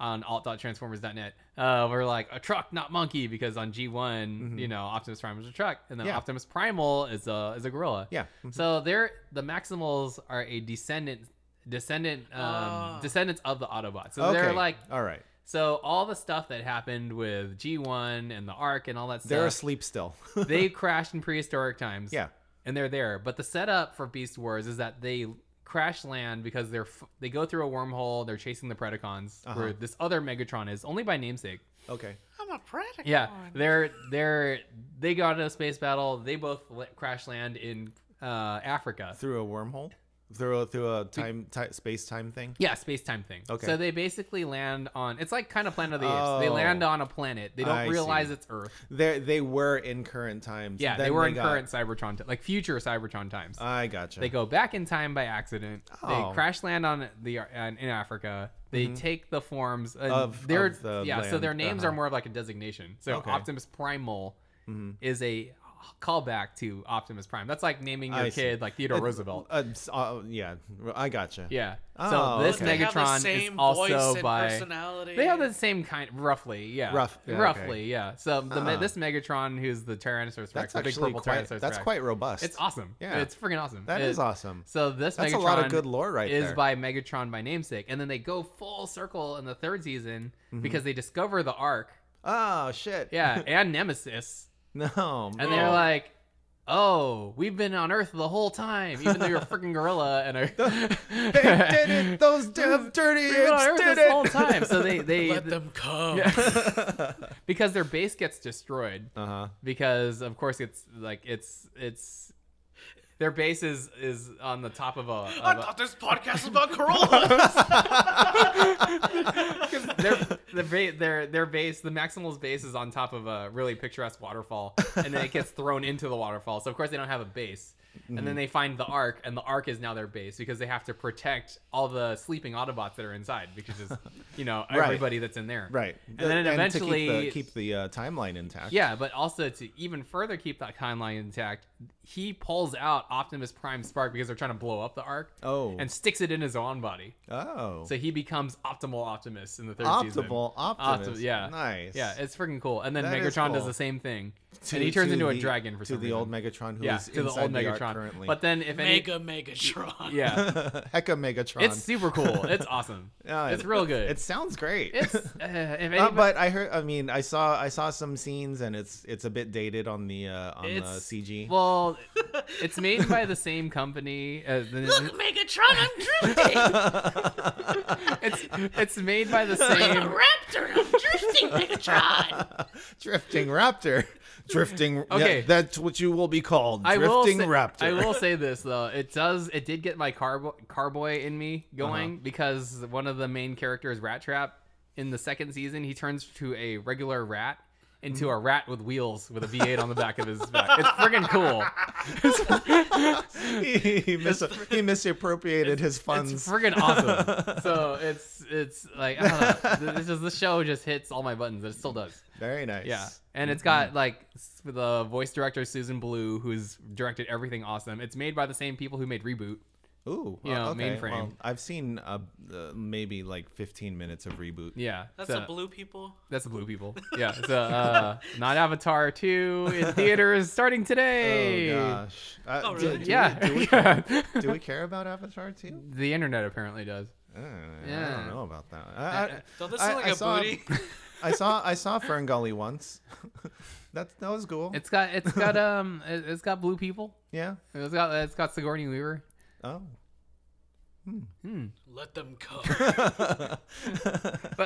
on alt.transformers.net. Uh, were like a truck, not monkey, because on G1, you know, Optimus Prime is a truck, and then
Mm-hmm. Yeah.
Optimus Primal is a is a gorilla.
Yeah.
So they're the Maximals are a descendant descendant um,
Ah.
descendants of the Autobots. So
Oh. Okay.
they're like
all right.
so all the stuff that happened with G1 and the Ark and all that
They're
stuff.
asleep still.
they crashed in prehistoric times
yeah.
and they're there. But the setup for Beast Wars is that they crash land because they're f- they go through a wormhole. They're chasing the Predacons,
Uh-huh.
where this other Megatron is only by namesake.
Okay.
I'm a predator.
Yeah, they're they're they got into a space battle. They both let crash land in uh, Africa.
Through a wormhole. Through a, through a time ti space time thing.
Yeah, space time thing.
Okay.
So they basically land on it's like kind of Planet of the Apes. They
Oh.
land on a planet. They don't
I see.
realize it's Earth.
They they were in current times.
Yeah, they
Then
were in
got-
current Cybertron, t- like future Cybertron times.
I gotcha.
They go back in time by accident.
Oh. Mm-hmm.
They crash land on the on, in Africa. They take the forms and
Of-
their
of the
yeah. So
land,
their names are
uh-huh.
more of like a designation. So
Okay. Mm-hmm.
Optimus Primal is a callback to Optimus Prime. That's like naming your
I see.
kid like Theodore
Uh,
Roosevelt.
Uh, s- uh, yeah, I gotcha.
Yeah.
Oh,
so this
okay. They
have the
Megatron
same
is
voice
also
and
by
personality.
they have the same kind, roughly, yeah,
Rough- yeah,
roughly,
okay.
yeah. So the, me-
Huh.
this Megatron, who's the Tyrannosaurus Rex,
That's
the big
actually
purple
quite.
Tyrannosaurus
That's
Rex.
quite robust.
It's awesome.
Yeah.
it's freaking awesome.
That
It-
is awesome.
So this
That's
Megatron
a lot of good lore right
is
there.
by Megatron by namesake, and then they go full circle in the third season
Mm-hmm.
because they discover the Ark,
Oh shit.
yeah, and Nemesis,
No.
and they're like, "Oh, we've been on Earth the whole time, even though you're a freaking gorilla." And a-
they did it. Those damn dirty
We've been on
idiots
Earth
did
this whole
it.
time, so they they
Let them come.
because their base gets destroyed
Uh huh.
because of course it's like it's it's their base is is on the top of a, of
I
a-
thought this podcast was about Corolla.
their the ba- their their base, the Maximals base is on top of a really picturesque waterfall, and then it gets thrown into the waterfall. So of course they don't have a base. And
Mm-hmm.
then they find the Ark, and the Ark is now their base because they have to protect all the sleeping Autobots that are inside because it's you know
Right.
everybody that's in there.
Right.
And then eventually,
to keep the, keep the uh, timeline intact.
yeah, but also to even further keep that timeline intact, he pulls out Optimus Prime's spark because they're trying to blow up the Ark.
Oh.
And sticks it in his own body.
Oh.
So he becomes Optimal Optimus in the third season.
Optimal
Optimus,
Optimus.
yeah.
Nice.
Yeah, it's freaking cool. And then
That is
Megatron does
cool.
the same thing,
To-
and he turns
to
into a
the-
dragon for
to
some
the
reason.
old Megatron who
yeah,
is
to the old
inside the arc
Megatron.
currently.
But then if any,
Mega Megatron.
yeah,
Hecka Megatron.
it's super cool. It's awesome.
Yeah,
it's
it-
real good.
It sounds great.
it's uh, if anybody,
Uh, but I heard. I mean, I saw. I saw some scenes, and it's it's a bit dated on the uh, on the
It's-
CG.
well, it's made by the same company as the,
Look, Megatron, I'm drifting.
it's it's made by the same
Raptor, I'm drifting, Megatron.
drifting raptor, drifting.
Okay.
yeah, that's what you will be called.
I
drifting
will say,
raptor.
I will say this though, it does. It did get my carbo- carboy in me going because one of the main characters, Rat Trap, in the second season, he turns to a regular rat into a rat with wheels with a V8 on the back of his back. It's friggin' cool.
he, he mis- he misappropriated his funds.
It's friggin' awesome. So it's it's like I don't know. This is the show just hits all my buttons. It still does.
Very nice.
Yeah, and it's got like s- the voice director Susan Blue, who's directed everything awesome. It's made by the same people who made Reboot.
Ooh.
You know,
well, okay.
mainframe.
Well, I've seen uh, uh, maybe like 15 minutes of reboot.
Yeah,
That's
so-
the blue people.
That's the blue people. Yeah, so uh, not Avatar two in theaters starting today.
Oh gosh. Uh,
Oh,
do-
really?
do we-
Yeah,
do, we,
Yeah.
do we care about Avatar too?
the internet apparently does.
Uh, I
Yeah. Uh,
don't know about that. I, I,
Don't this
I-
sound like
I
a
saw-
booty?
I saw I saw Ferngully once. that that was cool.
It's got it's got um it- it's got blue people.
yeah.
It's got it's got Sigourney Weaver.
Oh.
Let them come.
But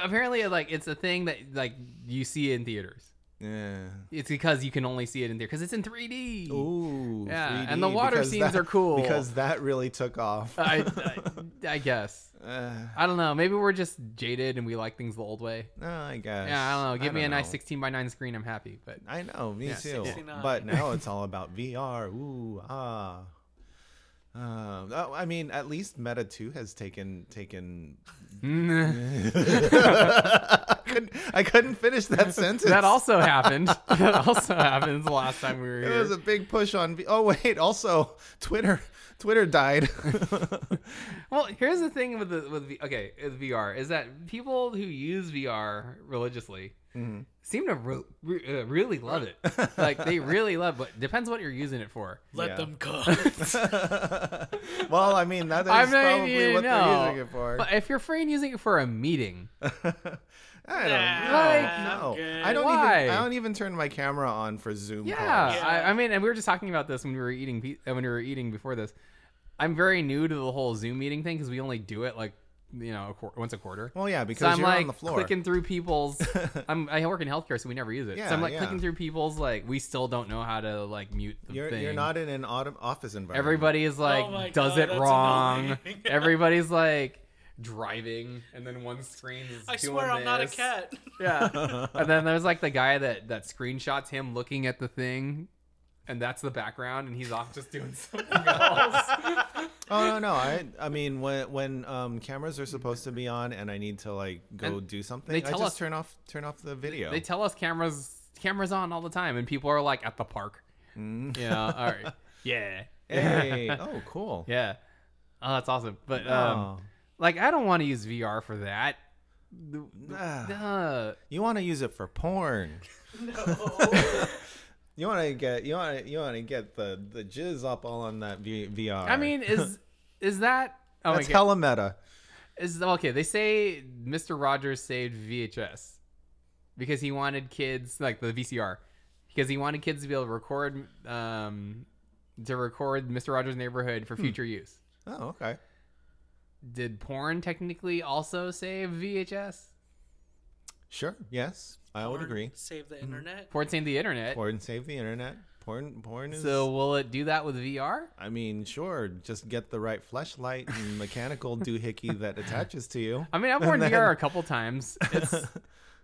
apparently, like it's a thing that like you see in theaters.
Yeah.
It's because you can only see it in theater because it's in 3D.
Ooh.
Yeah,
3D,
and the water
because
scenes
that-
are cool. Uh,
because that really took off.
I, I I guess
Uh,
I don't know. Maybe we're just jaded and we like things the old way.
no, I guess.
Yeah, I don't know. Give me a nice
know.
16 by 9 screen. I'm happy. But
I know, me
Yeah,
too.
69.
But now it's all about VR. Ooh, ah. Um, oh, I mean, at least Meta 2 has taken taken. I, couldn't, I couldn't finish that sentence.
that also happened. that also happened the last time we were
It was
here.
a big push on. V- oh wait, also Twitter, Twitter died.
well, here's the thing with the with the, okay with VR is that people who use VR religiously
Mm-hmm.
seem to re- re- uh, really love it. like they really love, but depends what you're using it for.
Let
Yeah.
them come.
well, I mean that is
I mean,
probably
you
what
know,
they're using it for.
But if you're freaking using it for a meeting,
I don't
Nah,
know.
okay.
I don't
Why?
even. I don't even turn my camera on for Zoom.
yeah,
calls.
I, I mean, and we were just talking about this when we were eating pe- uh, when we were eating before this. I'm very new to the whole Zoom meeting thing because we only do it like you know a quar- once a quarter.
Well, yeah, because
so I'm
you're
like
on the floor.
clicking through people's. I'm, I work in healthcare, so we never use it. so
Yeah,
I'm like
yeah.
clicking through people's. Like we still don't know how to like mute the
You're,
thing.
you're not in an autumn office environment.
Everybody is like
Oh my
does
God,
it
that's
wrong.
annoying.
Everybody's like driving, and then one screen is.
I
doing
swear I'm not a
this.
cat.
Yeah. and then there's like the guy that that screenshots him looking at the thing. And that's the background, and he's off just doing something else.
Oh no no. I I mean when when um, cameras are supposed to be on and I need to like go
And
do something,
they
I
tell
just
us-
turn off turn off the video.
they tell us cameras cameras on all the time, and people are like at the park. Yeah, all right, yeah,
Mm. hey. Oh cool.
yeah. Oh, that's awesome. But um,
Oh.
like, I don't want to use VR for that.
Ah,
Uh,
you want to use it for porn. You want to get you want to you want to get the the jizz up all on that v- VR.
I mean, is is that? Oh
that's
my god,
hella meta.
is oh, okay. They say Mr. Rogers saved VHS because he wanted kids like the VCR because he wanted kids to be able to record um to record Mr. Rogers' Neighborhood
Hmm.
for future use.
Oh okay.
Did porn technically also save VHS?
Sure. Yes, I would
Or
agree. Mm.
Save the internet.
Porn saved the internet.
Porn save the internet. Porn porn is.
So will it do that with VR?
I mean, sure, just get the right fleshlight and mechanical doohickey that attaches to you.
I mean, I've
And
worn
then-
VR a couple times. It's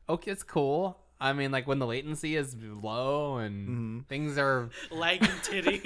okay. It's cool. I mean, like when the latency is low and
Mm-hmm.
things are.
Lagging titties.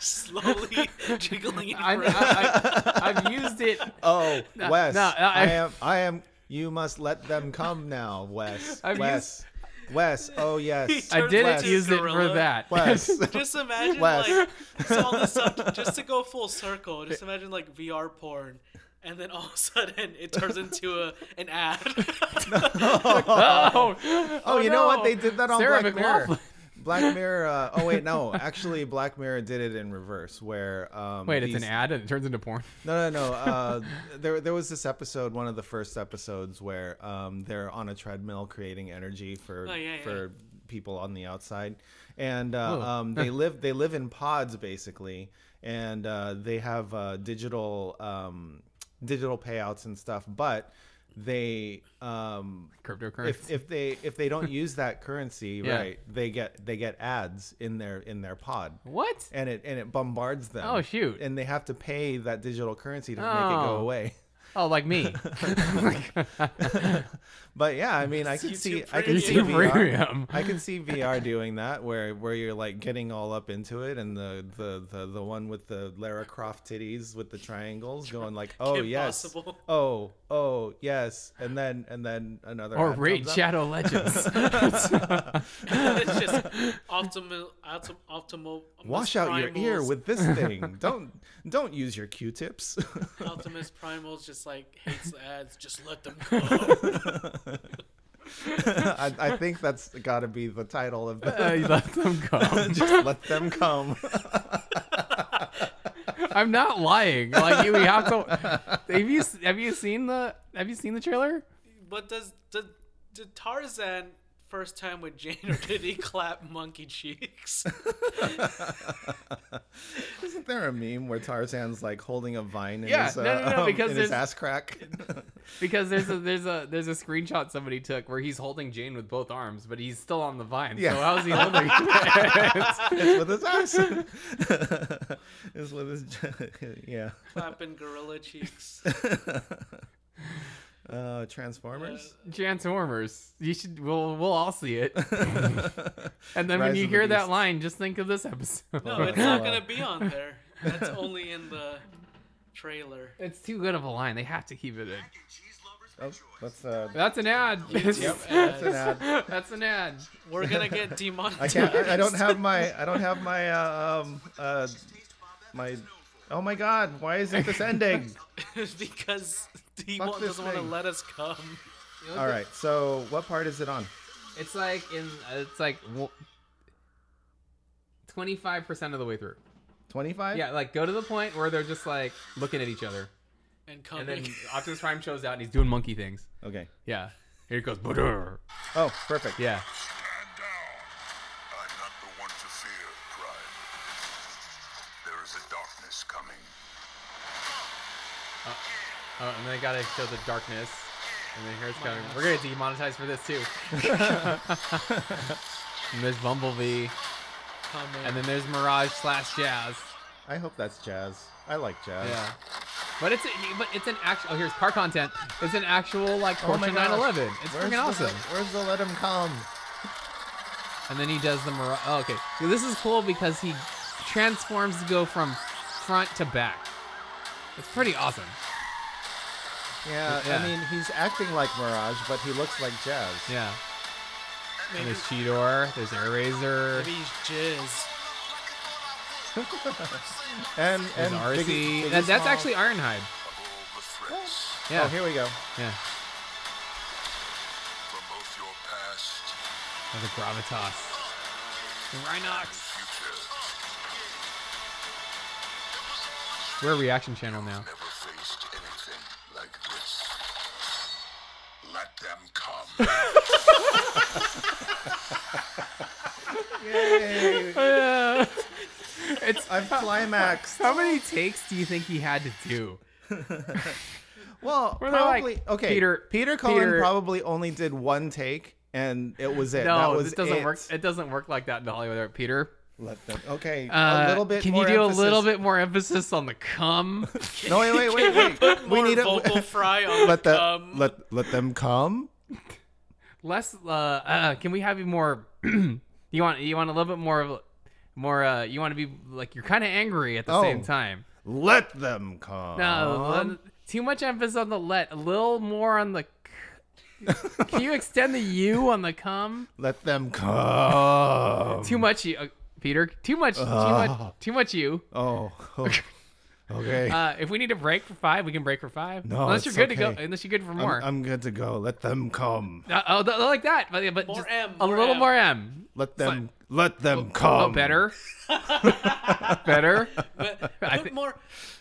Slowly jiggling it
I,
around.
I, I, I've used it.
Oh, Wes,
no,
I,
I-
am. I am. You must let them come now, Wes.
I've
Wes. Wes. Oh yes.
I
Turns
didn't
into a
use it for
gorilla.
that.
Wes.
just imagine
Wes.
like so all this stuff, just to go full circle. Just imagine like VR porn, and then all of a sudden it turns into a an ad.
oh,
Oh, you know what? They did that on
Sarah
Black Mirror.
McLachlan.
Black Mirror. Uh, oh wait, no. Actually, Black Mirror did it in reverse, where um,
Wait, it's
these-
an ad and it turns into porn.
No, no, no. Uh, there, there was this episode, one of the first episodes, where um, they're on a treadmill creating energy for
Oh, yeah, yeah.
for people on the outside, and
Whoa.
uh, um, they live they live in pods basically, and uh, they have uh, digital um, digital payouts and stuff, but they um,
Cryptocurrency.
if, if they if they don't use that currency
Yeah.
right they get they get ads in their in their pod
what?
and it and it bombards them.
Oh, shoot.
And they have to pay that digital currency to make it go
Oh.
away.
Oh, like me.
but yeah, I mean, I could
YouTube
see, I could see
Premium. Premium.
VR, I could see VR doing that, where where you're like getting all up into it, and the the the, the one with the Lara Croft titties with the triangles going like, oh yes,
Impossible.
oh oh yes, and then and then another
or
ad
Raid
comes up.
Shadow Legends.
it's just optimal, optim, optimal.
Wash out your ear with this thing. Don't don't use your Q-tips.
Optimus Primal's just like hates the ads. Just let them go.
I, I think that's got to be the title of the.
Uh, you let them go.
Just let them come.
I'm not lying. Like you, we have to. Have you have you seen the Have you seen the trailer?
but does did, did Tarzan first time with Jane or did he clap monkey cheeks?
Isn't there a meme where Tarzan's like holding a vine in
Yeah,
his, uh,
no, no, no,
um,
because
in his
there's-
ass crack?
Because there's a there's a there's a screenshot somebody took where he's holding Jane with both arms, but he's still on the vine.
Yeah.
So how is he holding? it?
it's with his ass. it's with his yeah.
Clapping gorilla cheeks.
Uh, Transformers.
Transformers. You should. We'll we'll all see it. And then when
Rise
you
of the
hear that
Beasts.
line, just think of this episode.
No, it's not gonna be on there. That's only in the trailer.
It's too good of a line. They have to keep it in.
Oh, that's uh.
That's an ad.
Yep,
Ads.
that's an ad.
That's an ad.
We're gonna get
I
demonetized.
can't. I, I don't have my. I don't have my. Uh, um. Uh. My. Oh my God! Why isn't this ending?
because he
Fuck
won't-
this
doesn't want to
thing.
let us come.
All right. So what part is it on?
It's like in. It's like twenty five percent of the way through.
Twenty-five.
Yeah, like go to the point where they're just like looking at each other,
And
and
coming.
then Optimus Prime shows out and he's doing monkey things.
Okay.
Yeah. Here it goes. Badurr.
Oh, perfect.
Yeah.
Stand down. I'm not the one to fear, Prime. There is a darkness coming.
Oh, and then I gotta show the darkness. And then here's coming. We're gonna demonetize for this too. and there's Bumblebee,
coming.
and then there's Mirage slash Jazz.
I hope that's jazz. I like jazz.
Yeah. But it's a, but it's an actual. Oh, here's car content. It's an actual like
Oh my
Porsche
gosh.
911. It's
Where's
freaking
the-
awesome.
Where's the let him come?
And then he does the Mirage. Oh, okay. So this is cool because he transforms to go from front to back. It's pretty awesome.
Yeah,
Yeah.
I mean he's acting like Mirage, but he looks like Jazz.
Yeah. And
maybe,
there's Cheetor. There's Air Razor.
maybe he's jizz.
And
There's
and
RC.
Biggie- Biggie
That- that's
Smalls.
actually Ironhide.
Of all the threats
Yeah.
Oh, here we go.
yeah.
from both your past
Or the Gravitas. The Rhinox.
and future,
We're a reaction channel now.
never faced anything like this. Let them come.
Yay!
it's
I've climaxed.
how many takes do you think he had to do?
Well,
Where they're like,
probably okay.
"Peter,
Peter Cullen
Peter."
probably only did one take, and it was it. that
No,
was
it doesn't work. It doesn't work like that in Hollywood, Peter.
Let them. Okay,
Uh,
a little bit.
Can
more
you do
emphasis.
a little bit more emphasis on the cum?
No, wait, wait, wait, wait. we
More
need
vocal
a.
fry on
Let the
um,
let let them come.
Less. Uh, uh, can we have you more? you want you want a little bit more of more. Uh, you want to be like you're kind of angry at the
Oh. Uh-huh.
same time.
Let them come.
No, le- too much emphasis on the let. A little more on the. c- can you extend the you on the cum?
Let them come.
Too much, you, uh, Peter. Too much. Too
Uh.
much. Too much. You.
Oh. oh. Okay.
Uh, if we need to break for five, we can break for five.
No,
unless you're
it's
good to go.
okay.
Unless you're good for
I'm,
more.
I'm good to go. Let them come.
Uh, oh, th- like that. But, yeah, but
More
just
M,
a
more
little
M.
more M.
Let them. let them come.
Oh, better. better.
But
I
put
thi-
more.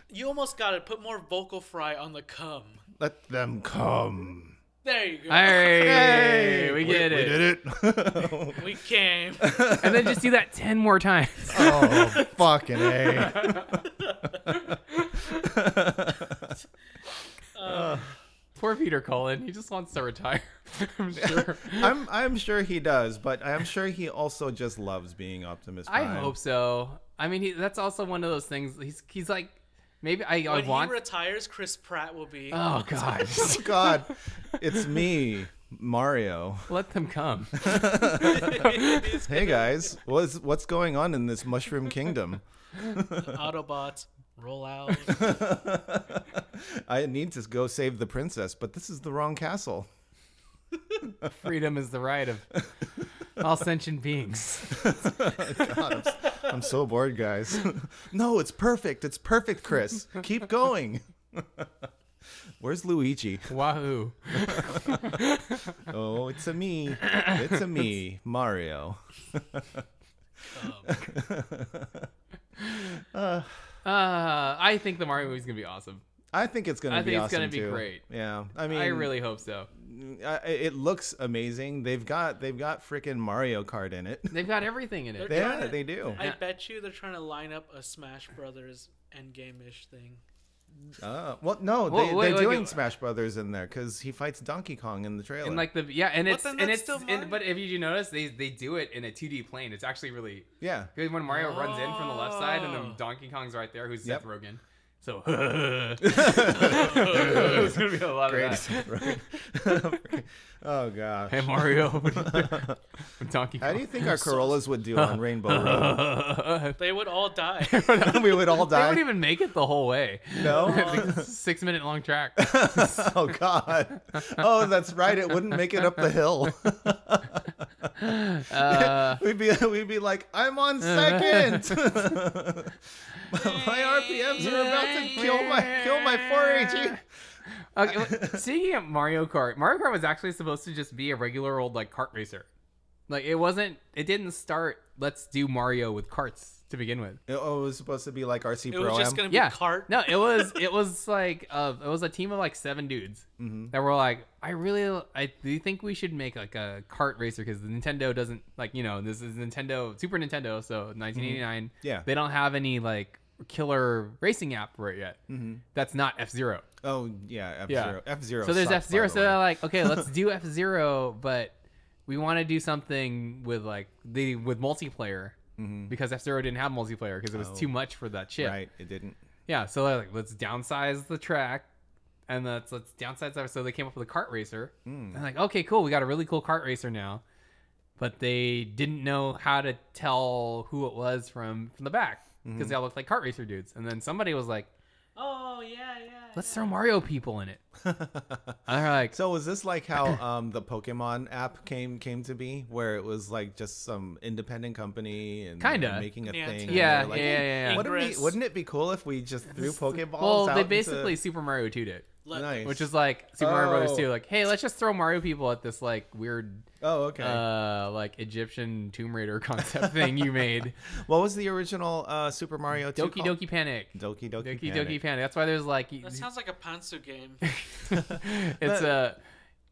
You almost got it. Put more vocal fry on the cum.
Let them come.
There you go.
Hey,
Hey,
we get
We
it.
did it.
We came.
And then just do that ten more times.
oh, fucking a.
Poor Peter Cullen. He just wants to retire. I'm sure.
I'm I'm sure he does, but I'm sure he also just loves being Optimus
I
Prime.
hope so. I mean, he, that's also one of those things. He's he's like Maybe I, I
When
want.
he retires, Chris Pratt will be.
oh God!
Oh God, it's me, Mario.
Let them come.
Hey guys, what's what's going on in this Mushroom Kingdom?
Autobots roll out.
I need to go save the princess, but this is the wrong castle.
Freedom is the right of all sentient beings.
I'm so bored, guys. no, it's perfect. It's perfect, Chris. Keep going. Where's Luigi?
Wahoo!
Oh, it's a me. It's a me, Mario.
Uh, I think the Mario movie's gonna be awesome.
I think it's gonna
I
be
think it's
awesome
gonna be
too.
great.
Yeah, I mean,
I really hope so.
I, it looks amazing. They've got they've got freaking Mario Kart in it.
They've got everything in it.
They're
Yeah,
trying to-
they do.
I bet you they're trying to line up a Smash Brothers endgame ish thing.
Uh, well, no,
Whoa,
they,
wait,
they're
wait,
doing
wait.
Smash Brothers in there because he fights Donkey Kong in the trailer.
And like the yeah, and it's
then
and
that's
it's
still
and,
Mario.
but if you do notice, they they do it in a 2D plane. It's actually really
yeah,
good when Mario runs in from the left side, and
Oh.
then Donkey Kong's right there, who's
Yep.
Seth Rogen. So there's gonna be a lot
great.
of that.
oh gosh.
Hey Mario, what do you think? Donkey Kong.
How do you think our Corollas would do on Rainbow Road?
They would all die.
we would all
they
die.
wouldn't even make it the whole way.
no.
Six minute long track.
oh God. Oh, that's right. It wouldn't make it up the hill.
Uh,
We'd be we'd be like, I'm on second. my RPMs are about to kill my kill my E. 4AG.
okay, well, speaking of Mario Kart, Mario Kart was actually supposed to just be a regular old like kart racer. Like it wasn't. It didn't start. Let's do Mario with carts to begin with.
It was supposed to be like RC
It
Pro
was just gonna be
yeah.
cart.
No, it was it was like uh, it was a team of like seven dudes
Mm-hmm.
that were like, I really I do think we should make like a kart racer because Nintendo doesn't like you know this is Nintendo Super Nintendo so 1989
Mm-hmm. Yeah.
they don't have any like killer racing app for it yet
Mm-hmm.
that's not F Zero
Oh yeah, F
Yeah.
Zero. F Zero.
so there's F Zero so they're like okay let's do F Zero but we want to do something with like the with multiplayer. Because F Zero didn't have multiplayer because it was
Mm-hmm. Oh.
too much for that chip.
right, it didn't.
Yeah, so they're like, let's downsize the track, and that's let's downsize that. So they came up with a kart racer.
Hmm.
And like, okay, cool, we got a really cool kart racer now, but they didn't know how to tell who it was from from the back because
Mm-hmm.
they all looked like kart racer dudes. And then somebody was like,
Oh yeah, yeah.
let's throw Mario people in it. and they're like,
So was this like how um, the Pokemon app came came to be, where it was like just some independent company and
Kinda.
and making a
Yeah,
thing?
it's-
and
Yeah,
they're like,
yeah, yeah, yeah, yeah.
Wouldn't, it
Ingress.
be, wouldn't it be cool if we just threw Pokeballs?
well,
out
they
into-
basically Super Mario 2 it,
Let-
nice.
which is like Super Mario Brothers
Oh.
2. Like, hey, let's just throw Mario people at this like weird.
oh okay.
Uh, like Egyptian Tomb Raider concept thing you made.
what was the original uh, Super Mario? 2
Doki
called?
Doki Panic.
Doki Doki
Doki
Panic.
Doki Panic. That's why there's like
That sounds like a Pansu game.
it's a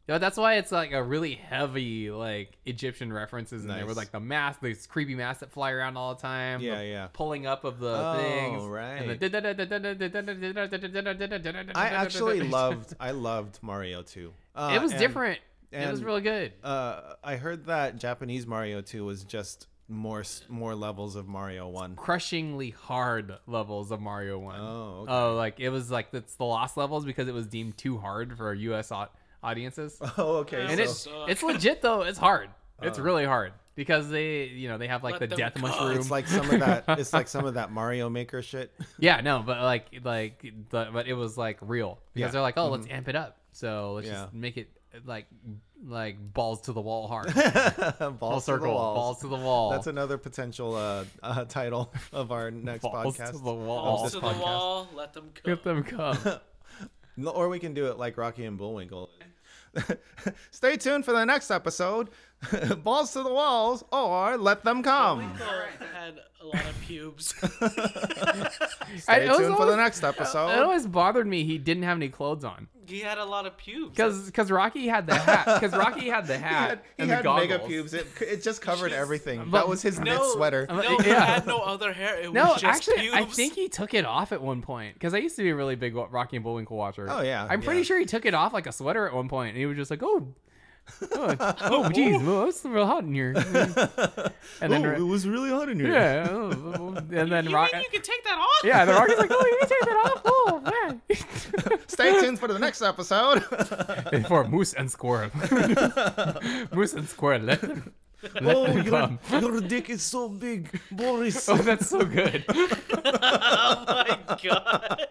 you know, that's why it's like a really heavy like Egyptian references in there
Nice.
with like the mask, these creepy masks that fly around all the time.
Yeah,
the
yeah.
Pulling up of the
Oh,
things.
right.
And the
I actually loved I loved Mario 2. Uh,
It was
and-
different. it was
and-
really good.
Uh, I heard that Japanese Mario 2 was just more s- more levels of Mario 1.
Crushingly hard levels of Mario One.
Oh, okay.
Oh, like it was like that's the lost levels because it was deemed too hard for U.S. au- audiences.
Oh, okay.
and
so-
it's
Suck.
it's legit though. It's hard. It's
Uh.
really hard because they you know they have like
Let
the
them
death
cook.
mushroom.
It's like some of that. It's like some of that Mario Maker shit.
yeah, no, but like like the, but it was like real because
Yeah. Mm-hmm.
they're like oh let's amp it up so let's
Yeah.
just make it like like balls to the wall hard full
Balls to the
circle
walls.
balls to the wall.
That's another potential uh, uh, title of our next
Balls
podcast.
to the
Of
wall.
this
to the
podcast.
wall. Let them go.
Let them come.
No, Or we can do it like Rocky and Bullwinkle. Stay tuned for the next episode. Balls to the walls, or let them come.
Winkle had a lot of pubes.
I-
Stay
it was
tuned for the
always-
next
It
episode.
always bothered me he didn't have any clothes on
he had a lot of pubes.
because because Rocky had the hat because Rocky had the
He
hat
had, he
and
had
the goggles.
mega pubes. It, it just covered everything.
But- uh,
that was his knit
no
sweater.
No, he
Yeah.
had no other hair. It
No,
was just
actually,
pubes.
I think he took it off at one point because I used to be a really big Wa- Rocky and Bullwinkle watcher.
Oh, yeah,
I'm pretty
yeah.
sure he took it off like a sweater at one point, and he was just like, "Oh, Oh, oh, jeez, well, it's real hot in here. And then,
oh, it was really hot in here.
yeah, oh, and then
you
Rock,
think you can take that off?
yeah, the Rocket's like, oh, you can take that off, oh man.
Stay tuned for the next episode.
for moose and squirrel. moose and squirrel. Let them, let
oh,
them
your,
come.
your dick is so big, Boris.
Oh, that's so good.
oh my god.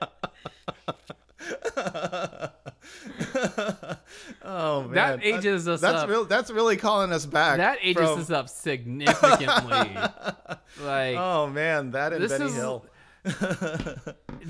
oh man,
That ages us
That's
up.
real. That's really calling us back.
That ages
from-
us up significantly. like,
Oh man, that and
This
Benny
is-
Hill.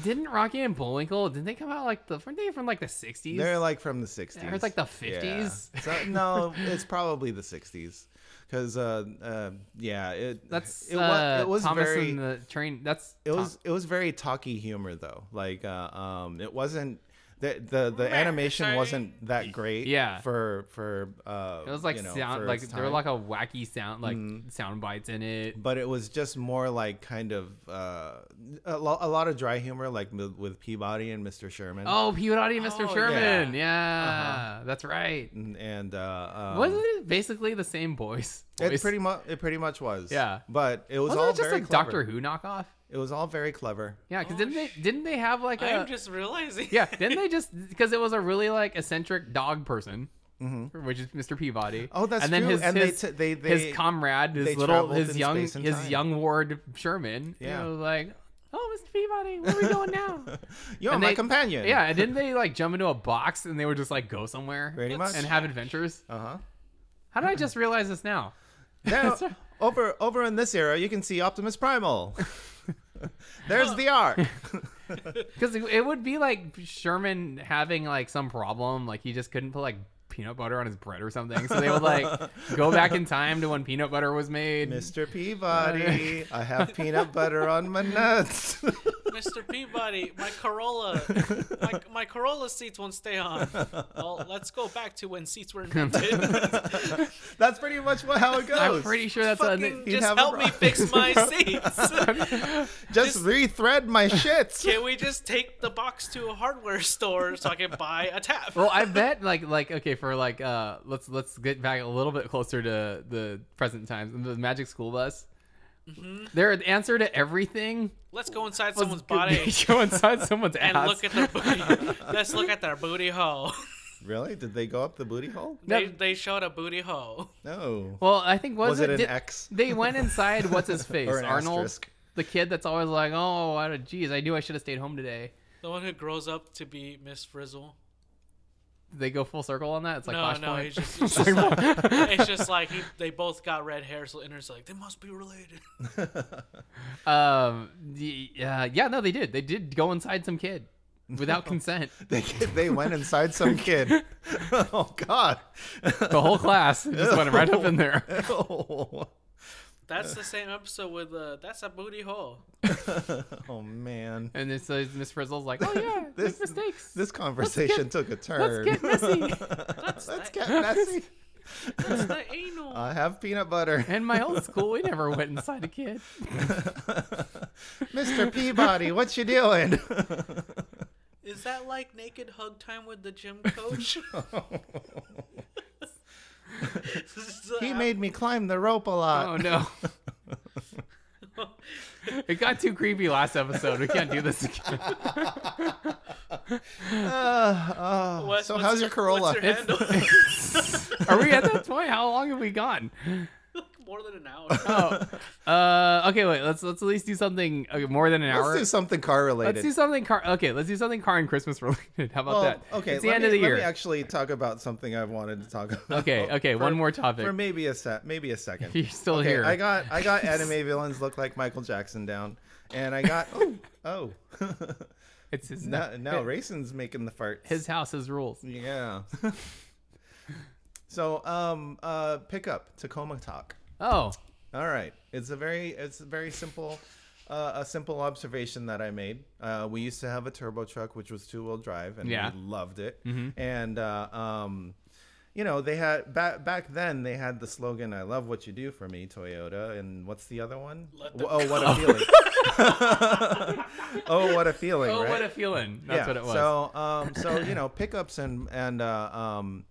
didn't Rocky and Bullwinkle? Didn't they come out like the? Weren't they from like the sixties?
They're like from the 60s.
heard, like, the
Yeah.
50s.
So- no, it's probably the 60s. Because, uh, uh, yeah, it,
That's
it,
uh,
wa- it was
Thomas
very,
and the train. That's
it was, it was very talky humor though. Like, uh, um, it wasn't, the, the, the animation wasn't that great.
Yeah.
For, for, uh,
It was like
you know,
sound
for
like
its
there were
time. Mm-hmm.
like a wacky sound like sound bites in it.
but it was just more like kind of, uh, a, lo- a lot of dry humor, like with, with Peabody and Mr. Sherman.
Oh, Peabody, Mr.
Oh,
Sherman. Yeah,
Uh-huh.
that's right.
And, and, uh, um,
Wasn't it basically the same voice?
It
voice?
pretty much it pretty much was.
Yeah.
But it was
Wasn't
all
it just
very
like
clever.
Doctor Who knockoff?
It was all very clever.
Yeah, because
Oh,
didn't they didn't they have like
I
a
am just realizing.
yeah didn't they just because it was a really like eccentric dog person, which is Mr. Peabody.
Mm-hmm. Oh, that's
and then
true.
His,
And they
his,
t- they- they-
his comrade, his
they
little
traveled
his
in
young his
space and time.
young ward Sherman.
Yeah.
Yeah, was like oh Mr. Peabody, where are we going now?
You're
And
my
they-
companion.
Yeah, and didn't they like jump into a box and they would just like go somewhere
Pretty much.
and have adventures?
Uh-huh.
How did I just realize this now?
Now, over over in this era, you can see Optimus Primal. There's the arc.
Because it it would be like Sherman having like some problem, like he just couldn't put like peanut butter on his bread or something. So they would like go back in time to when peanut butter was made.
Mr. Peabody, I have peanut butter on my nuts.
Mr. Peabody, my Corolla, my, my Corolla seats won't stay on. Well, let's go back to when seats were invented.
That's pretty much what, how it goes.
I'm pretty sure that's a
Fucking
You'd
just
have a
help me
problem.
fix my seats.
just
just-
rethread my shits.
Can we just take the box to a hardware store so I can buy a tap?
well, I bet like like okay for like uh let's let's get back a little bit closer to the present times the Magic School Bus. Their answer to everything
Let's go inside
was
Mm-hmm. someone's body
go inside someone's
and
ass.
look at their booty. Let's look at their booty hole.
Really? Did they go up the booty hole?
No.
They, they showed a booty hole.
No.
Well, I think was,
Was it an
did-
X?
They went inside. What's his face?
Or an
Arnold,
asterisk.
the kid that's always like, "Oh, I, geez, I knew I should have stayed home today."
The one who grows up to be Miss Frizzle.
They go full circle on that. It's like
no,
Flashpoint.
no, it's just, it's just like, it's just like he, they both got red hair, so Inner's like, they must be related.
um, the, uh, yeah, no, they did. They did go inside some kid without consent.
They, they went inside some kid. oh, God.
The whole class just went right up in there.
oh.
That's the same episode with uh, that's a booty hole.
oh, man.
And then so Miss Frizzle's like, "Oh yeah,
This-
make mistakes.
This conversation
get-
took a turn.
Let's get messy."
That's,
Let's
that,
get messy.
that's the anal.
I have peanut butter.
And my old school, we never went inside a kid.
Mr. Peabody, what you doing?
Is that like naked hug time with the gym coach?
he made me climb the rope a lot.
Oh no. it got too creepy last episode. We can't do this again.
Uh, oh.
What-
so
what's
how's your Corolla?
What's your handle?
Are we at that point? How long have we gone?
More than an hour.
Oh, uh, okay. Wait, let's let's at least do something okay, more than an hour.
Let's do something car related.
Let's do something car. Okay, let's do something car and Christmas related. How about
Well,
that?
okay,
it's the
let
end
me,
of the
let
year.
me actually talk about something I've wanted to talk about.
Okay, okay,
for-
one more topic.
For maybe a set, maybe a second.
You're still
Okay,
here.
I got I got anime villains look like Michael Jackson down, and I got oh oh
it's his
now now
it-
Rayson's making the farts.
his house, his rules.
yeah. so um uh pickup Tacoma talk.
Oh,
All right, it's a very it's a very simple. Uh, a simple observation that I made. Uh, we used to have a turbo truck, which was two wheel drive, and
Yeah.
we loved it. And uh, um, you know, they had back back then. They had the slogan "I love what you do for me, Toyota." And what's the other one?
Let
Wh- oh, what a feeling! oh, what a feeling!
oh,
right?
what a feeling. That's
yeah.
what it was.
So, um, so you know, pickups and and uh, um,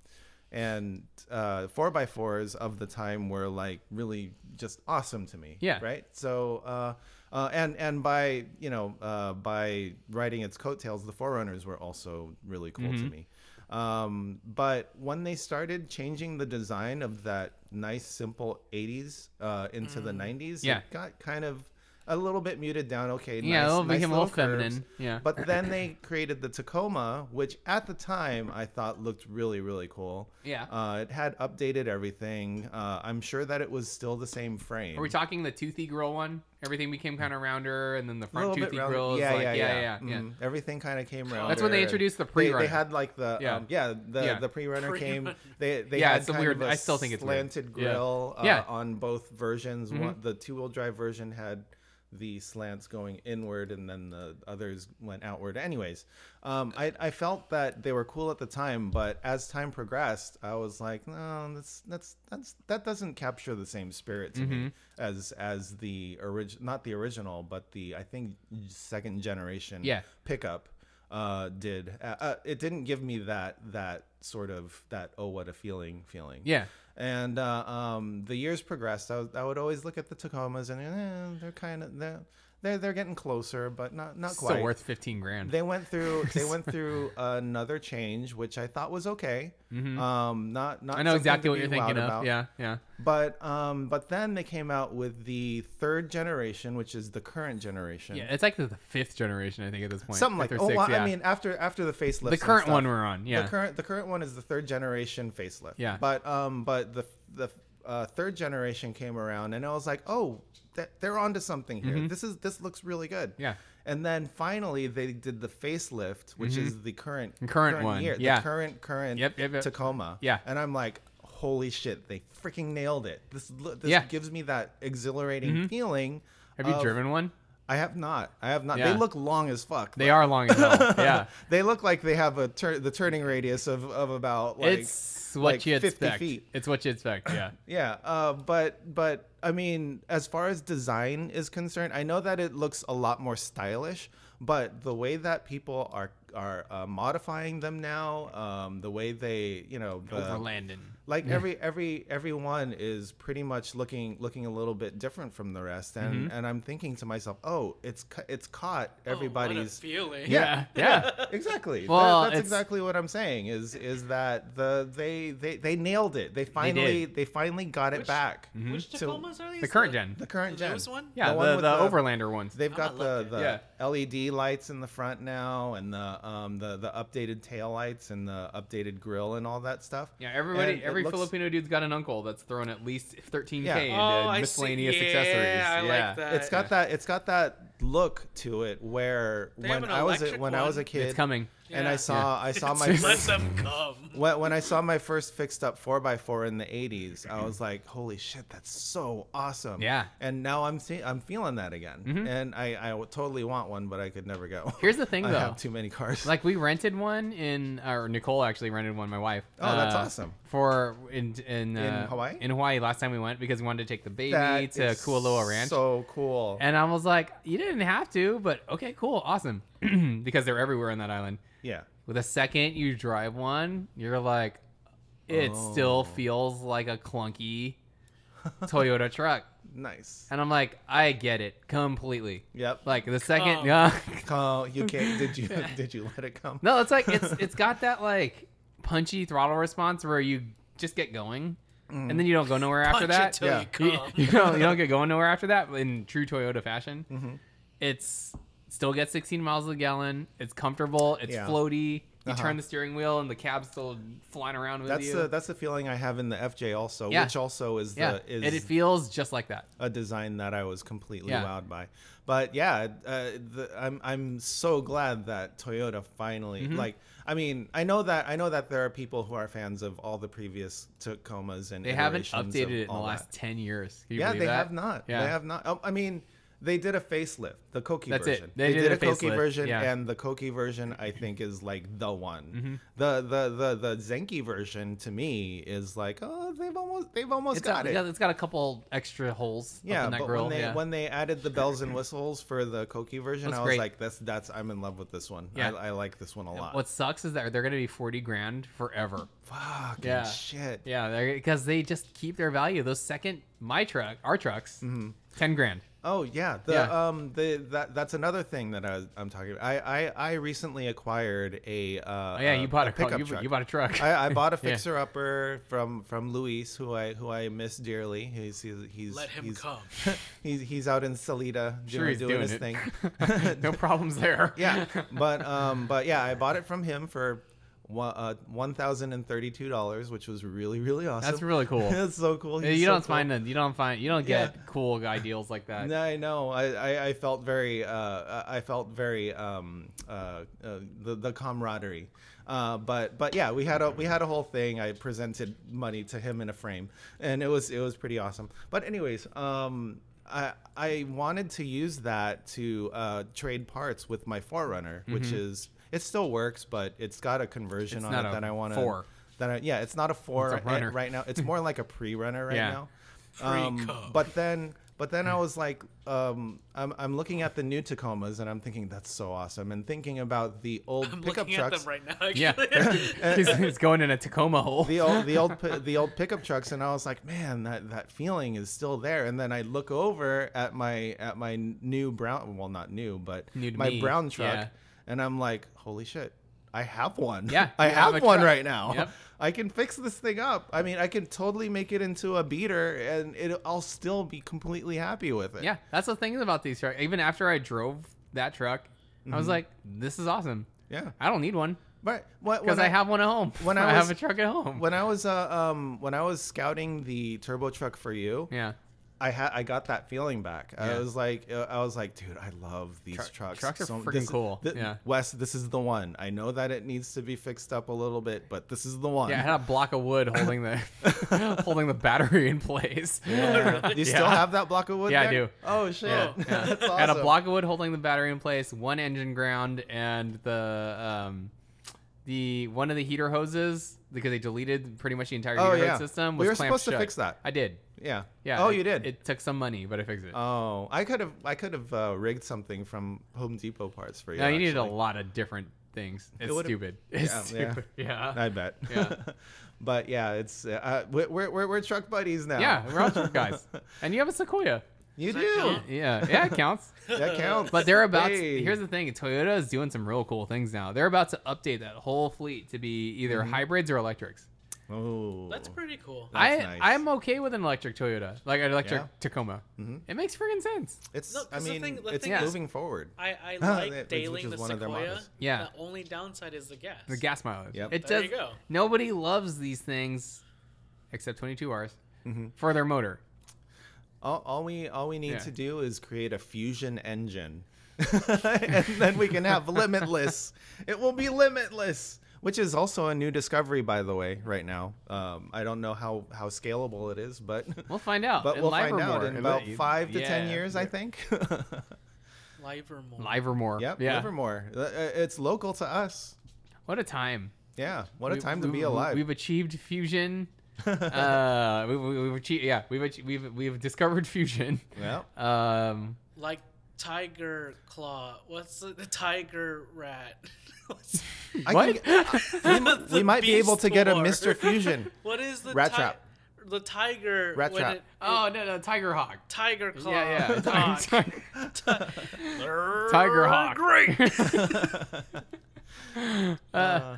and uh, four by fours of the time were like really just awesome to me.
Yeah.
Right. So uh, uh, and and by you know uh, by riding its coattails, the forerunners were also really cool
Mm-hmm.
to me. Um, but when they started changing the design of that nice simple 80s uh, into the 90s,
Yeah.
it got kind of a little bit muted down. Okay,
Yeah,
nice,
it'll
nice
become a little
curves.
feminine, yeah.
But then they created the Tacoma, which at the time I thought looked really, really cool.
Yeah.
Uh, it had updated everything. Uh, I'm sure that it was still the same frame.
Are we talking the toothy grill one? Everything became kind of rounder, and then the front toothy
rounder.
grill is like, yeah, yeah, yeah.
Mhm. Everything kind of came around.
That's when they introduced the pre-runner.
They, had like the yeah,
Yeah.
um, yeah the
Yeah.
the pre-runner came.
Pre-runner.
They they
Yeah,
had
it's a
kind
weird-
Of a
I still think it's weird.
slanted
Yeah.
grill. Uh,
Yeah. Mm-hmm.
on both versions. One, the two-wheel drive version had the slants going inward, and then the others went outward. Anyways, um, I I felt that they were cool at the time, but as time progressed, I was like, no, that's that's that's that doesn't capture the same spirit to
Mm-hmm.
me as as the original, not the original, but the I think second generation
Yeah.
pickup uh did uh, uh, it didn't give me that that sort of that oh what a feeling feeling
Yeah.
and uh, um the years progressed I, was- I would always look at the tacomas and eh, they're kind of they're, they're they're getting closer but not not quite
Still worth fifteen grand.
they went through they went through another change which i thought was okay um not not
Mm-hmm. I know
something
exactly
to
what
be
you're
wild
thinking of.
about.
Yeah, yeah.
but um but then they came out with the third generation which is the current generation
Yeah, it's like the fifth generation, I think, at this point.
something like
Fifth or
that. oh
sixth,
well,
yeah.
i mean after after the facelift
the current one we're on. Yeah.
the current the current one is the third generation facelift
Yeah.
but um but the the uh, third generation came around and i was like oh th- they're onto something here this is this looks really good
Mm-hmm. Yeah.
and then finally they did the facelift which is the current
Mm-hmm. Current one,
year,
yeah.
the current current
Yep, yep, yep.
tacoma
Yeah.
and i'm like holy shit they freaking nailed it this lo- this
Yeah. Mm-hmm.
gives me that exhilarating feeling
Have you
of-
driven one?
i have not i have not
Yeah.
they look long as fuck
They are long as hell. Yeah.
they look like they have a tur- the turning radius of, of about like
it's what
like
you
50
expect.
feet.
It's what you expect. Yeah.
yeah uh, but but i mean as far as design is concerned i know that it looks a lot more stylish but the way that people are are uh, modifying them now um, the way they you know the,
Overlanding.
like every every everyone is pretty much looking looking a little bit different from the rest and
Mm-hmm.
and i'm thinking to myself oh it's ca- it's caught
oh, what a
everybody's
feeling.
Yeah. Yeah.
exactly. That-
Well,
that's
it's-
exactly what I'm saying. Is is that the they they, they nailed it. They finally they, finally got it
Which-
back.
Which
So-
Tacomas are these?
The current gen.
The current
The
gen.
newest one?
Mm-hmm.
Oh,
yeah.
the
The,
one
the,
with the-
Overlander ones.
They've
I
got
might
the,
look
the
at
LED lights in the front now, and the um the, the updated tail lights and the updated grill and all that stuff.
yeah. Everybody,
And it
every
looks-
Filipino dude's got an uncle that's thrown at least 13K
Yeah.
into
Oh, I
miscellaneous
see.
accessories.
Yeah, I
yeah.
like that.
It's got that it's got that look to it where
They have
when
an
I was a,
electric
when I was a
one.
kid
It's coming.
and I
Yeah.
saw I saw my
Let them come.
when, when I saw my first fixed up 4x4 in the 80s, I was like, holy shit, that's so awesome.
Yeah. Mm-hmm.
And now I'm see- I'm feeling that again. And I, I would totally want one, but I could never get one.
Here's the thing,
I
though.
have too many cars.
Like we rented one in, or Nicole actually rented one. My wife. uh,
Oh, that's awesome.
For in in, uh,
Hawaii?
In Hawaii, last time we went because we wanted to take the baby
That
to
is
Kualoa Ranch.
So cool.
and I was like, you didn't have to, but okay, cool, awesome, because they're everywhere on that island.
yeah.
With the second you drive one, you're like, it
Oh.
still feels like a clunky Toyota truck,
Nice.
and I'm like, I get it completely.
Yep.
Like the second,
Come.
yeah.
oh, you can't. Did you did you let it come?
No, it's like it's it's got that like punchy throttle response where you just get going, and then you don't go nowhere after
Punch
that.
it till
yeah.
you
You,
come.
you don't you don't get going nowhere after that in true Toyota fashion.
Mm-hmm.
It's still gets 16 miles a gallon. It's comfortable. It's
Yeah.
floaty. You
Uh-huh.
turn the steering wheel and the cab's still flying around with
That's
you.
the that's the feeling I have in the FJ also,
Yeah.
which also is
yeah,
the is
and it feels just like that.
a design that I was completely
Yeah.
wowed by. But yeah, uh, the, I'm I'm so glad that Toyota finally
Mm-hmm.
like. I mean, I know that I know that there are people who are fans of all the previous Tacomas and
They haven't
iterations of
updated it in the
all
last
that.
10 years. Can you
Yeah,
believe
they
that?
have not.
Yeah.
They have not. Oh, I mean, They did a facelift, the Koki
That's it.
version.
They did
did,
a
a Koki
facelift,
version,
yeah. Mm-hmm.
and the Koki version I think is like the one. The, the the the Zenki version to me is like, oh, they've almost they've almost
It's
got,
got,
it.
it's got a couple extra holes. up
yeah,
in that
but
grill.
when they
yeah.
when they added the bells and whistles for the Koki version,
That's
I was
great.
like, that's that's I'm in love with this one.
Yeah.
I, I like this one a lot.
what sucks is that they're gonna be forty grand forever.
Fucking
Yeah.
shit.
Yeah, because they just keep their value. Those second my truck, our trucks,
Mm-hmm.
ten grand.
Oh yeah, the
Yeah.
um the that that's another thing that I was, I'm talking about. I I, I recently acquired a uh
Oh, yeah,
a-
you bought a, car-
pickup
you,
truck.
you bought a truck.
I, I bought a
Yeah.
fixer upper from from Luis, who I who I miss dearly. He's he's, he's
Let him
he's,
come.
he's he's out in Salida doing,
sure, he's
doing,
doing,
his
it.
thing.
no problems there.
Yeah, but um but yeah, I bought it from him for one uh one thousand and thirty two dollars, which was really really awesome.
that's really cool.
that's so cool.
you
He's so
don't
cool.
find them. You don't find. You don't
Yeah.
get cool guy deals like that.
No, I know. I, I, I felt very uh, I- I felt very um, uh, uh, the the camaraderie. Uh, but but yeah, we had a we had a whole thing. I presented money to him in a frame, and it was it was pretty awesome. But anyways, um, I I wanted to use that to uh, trade parts with my Forerunner, which is it still works, but it's got a conversion
Mm-hmm. It's
on
not
it
a
that I want
four.
to. That I, yeah, it's not a four eh,
It's a runner.
right now. It's more like a pre-runner right
Yeah.
now.
Pre-cub.
Um, but then, but then I
Hmm.
was like, um, I'm, I'm looking at the new Tacomas and I'm thinking that's so awesome, and thinking about the old
I'm
pickup
looking at
trucks,
them right now. Actually.
Yeah, he's, he's going in a Tacoma hole.
the old the old pi- the old pickup trucks, and I was like, man, that that feeling is still there. And then I look over at my at my new brown, well, not new, but
New to
my
me,
brown truck,
yeah.
and I'm like, holy shit. I have one.
Yeah,
I
you have
have,
a
one
truck.
right now.
Yep.
I can fix this thing up. I mean, I can totally make it into a beater, and it, I'll still be completely happy with it.
Yeah, that's the thing about these trucks. Even after I drove that truck, I
Mm-hmm.
was like, "This is awesome.
Yeah.
I don't need one
But what
because
when
I, have one at home.
when
I,
I
have
was-
a truck at home.
when I was uh, um when I was scouting the turbo truck for you,
yeah,
I had I got that feeling back.
Yeah.
I was like uh, I was like, dude, I love these
Truck-
trucks.
trucks are freaking
this-
cool.
thi-
Yeah.
Wes, this is the one. I know that it needs to be fixed up a little bit, but this is the one.
yeah. I had a block of wood holding the holding the battery in place.
Yeah. you still
Yeah.
have that block of wood?
Yeah, I
there?
do.
Oh shit!
Yeah, yeah.
That's awesome.
Had a block of wood holding the battery in place, one engine ground, and the um, the one of the heater hoses because they deleted pretty much the entire
Oh,
heater
yeah.
hose system.
We
Was
were
clamped
supposed to
shut.
fix that.
I did.
Yeah.
Yeah.
Oh,
it-
you did.
It took some money, but I fixed it.
oh, I could have I could have uh, rigged something from Home Depot parts for you.
no, you needed a
actually.
lot of different things. It's
would've-
stupid. It's
yeah, yeah.
stupid. Yeah.
I bet.
Yeah.
but yeah, it's uh, we're, we're we're we're truck buddies now.
Yeah, we're all truck guys. And you have a Sequoia.
you
that
do.
count?
Yeah, yeah, it counts.
That counts.
But they're about.
Hey.
here's the thing: Toyota is doing some real cool things now. They're about to update that whole fleet to be either
Mm-hmm.
hybrids or electrics.
Oh.
That's pretty cool.
That's
I
nice.
I'm okay with an electric Toyota, like an electric
Yeah. Mm-hmm.
Tacoma. It makes friggin' sense.
It's.
No,
I
'cause the
mean,
thing- the
it's
thing is-
moving forward.
I, I
Ah, that-
like
which-
daling
which is
the
one of their
Sequoia.
models.
Yeah.
The only downside is the gas.
The gas mileage.
Yep.
It
There
does.
you go.
Nobody loves these things, except 22Rs,
Mm-hmm.
for their motor.
All, all we all we need
Yeah.
to do is create a fusion engine, and then we can have limitless. It will be limitless, which is also a new discovery, by the way. Right now, um, I don't know how how scalable it is, but
We'll find out.
but
in
we'll find out
Livermore.
in about
Yeah.
five to ten
Yeah.
years, I think.
Livermore.
Livermore.
yep,
Yeah.
Livermore. Uh, uh, It's local to us.
What a time.
Yeah, what a
We-
time to
we-
be
we-
alive.
We've achieved fusion. uh, we, we, we've achieved. Yeah, we've achieved, we've we've discovered fusion.
Yep.
Um,
Like tiger claw. What's the, the tiger rat? What's-
I
What?
can get- we, mi-
The
we might be able
beast
to get a
lord.
Mr. Fusion.
what is the
Rat
ti-
trap.
The tiger.
Rat
when
trap.
it-
oh no no tiger hawk.
tiger claw.
Yeah yeah.
dog.
tiger-
tiger
Tiger hawk.
Great.
Uh,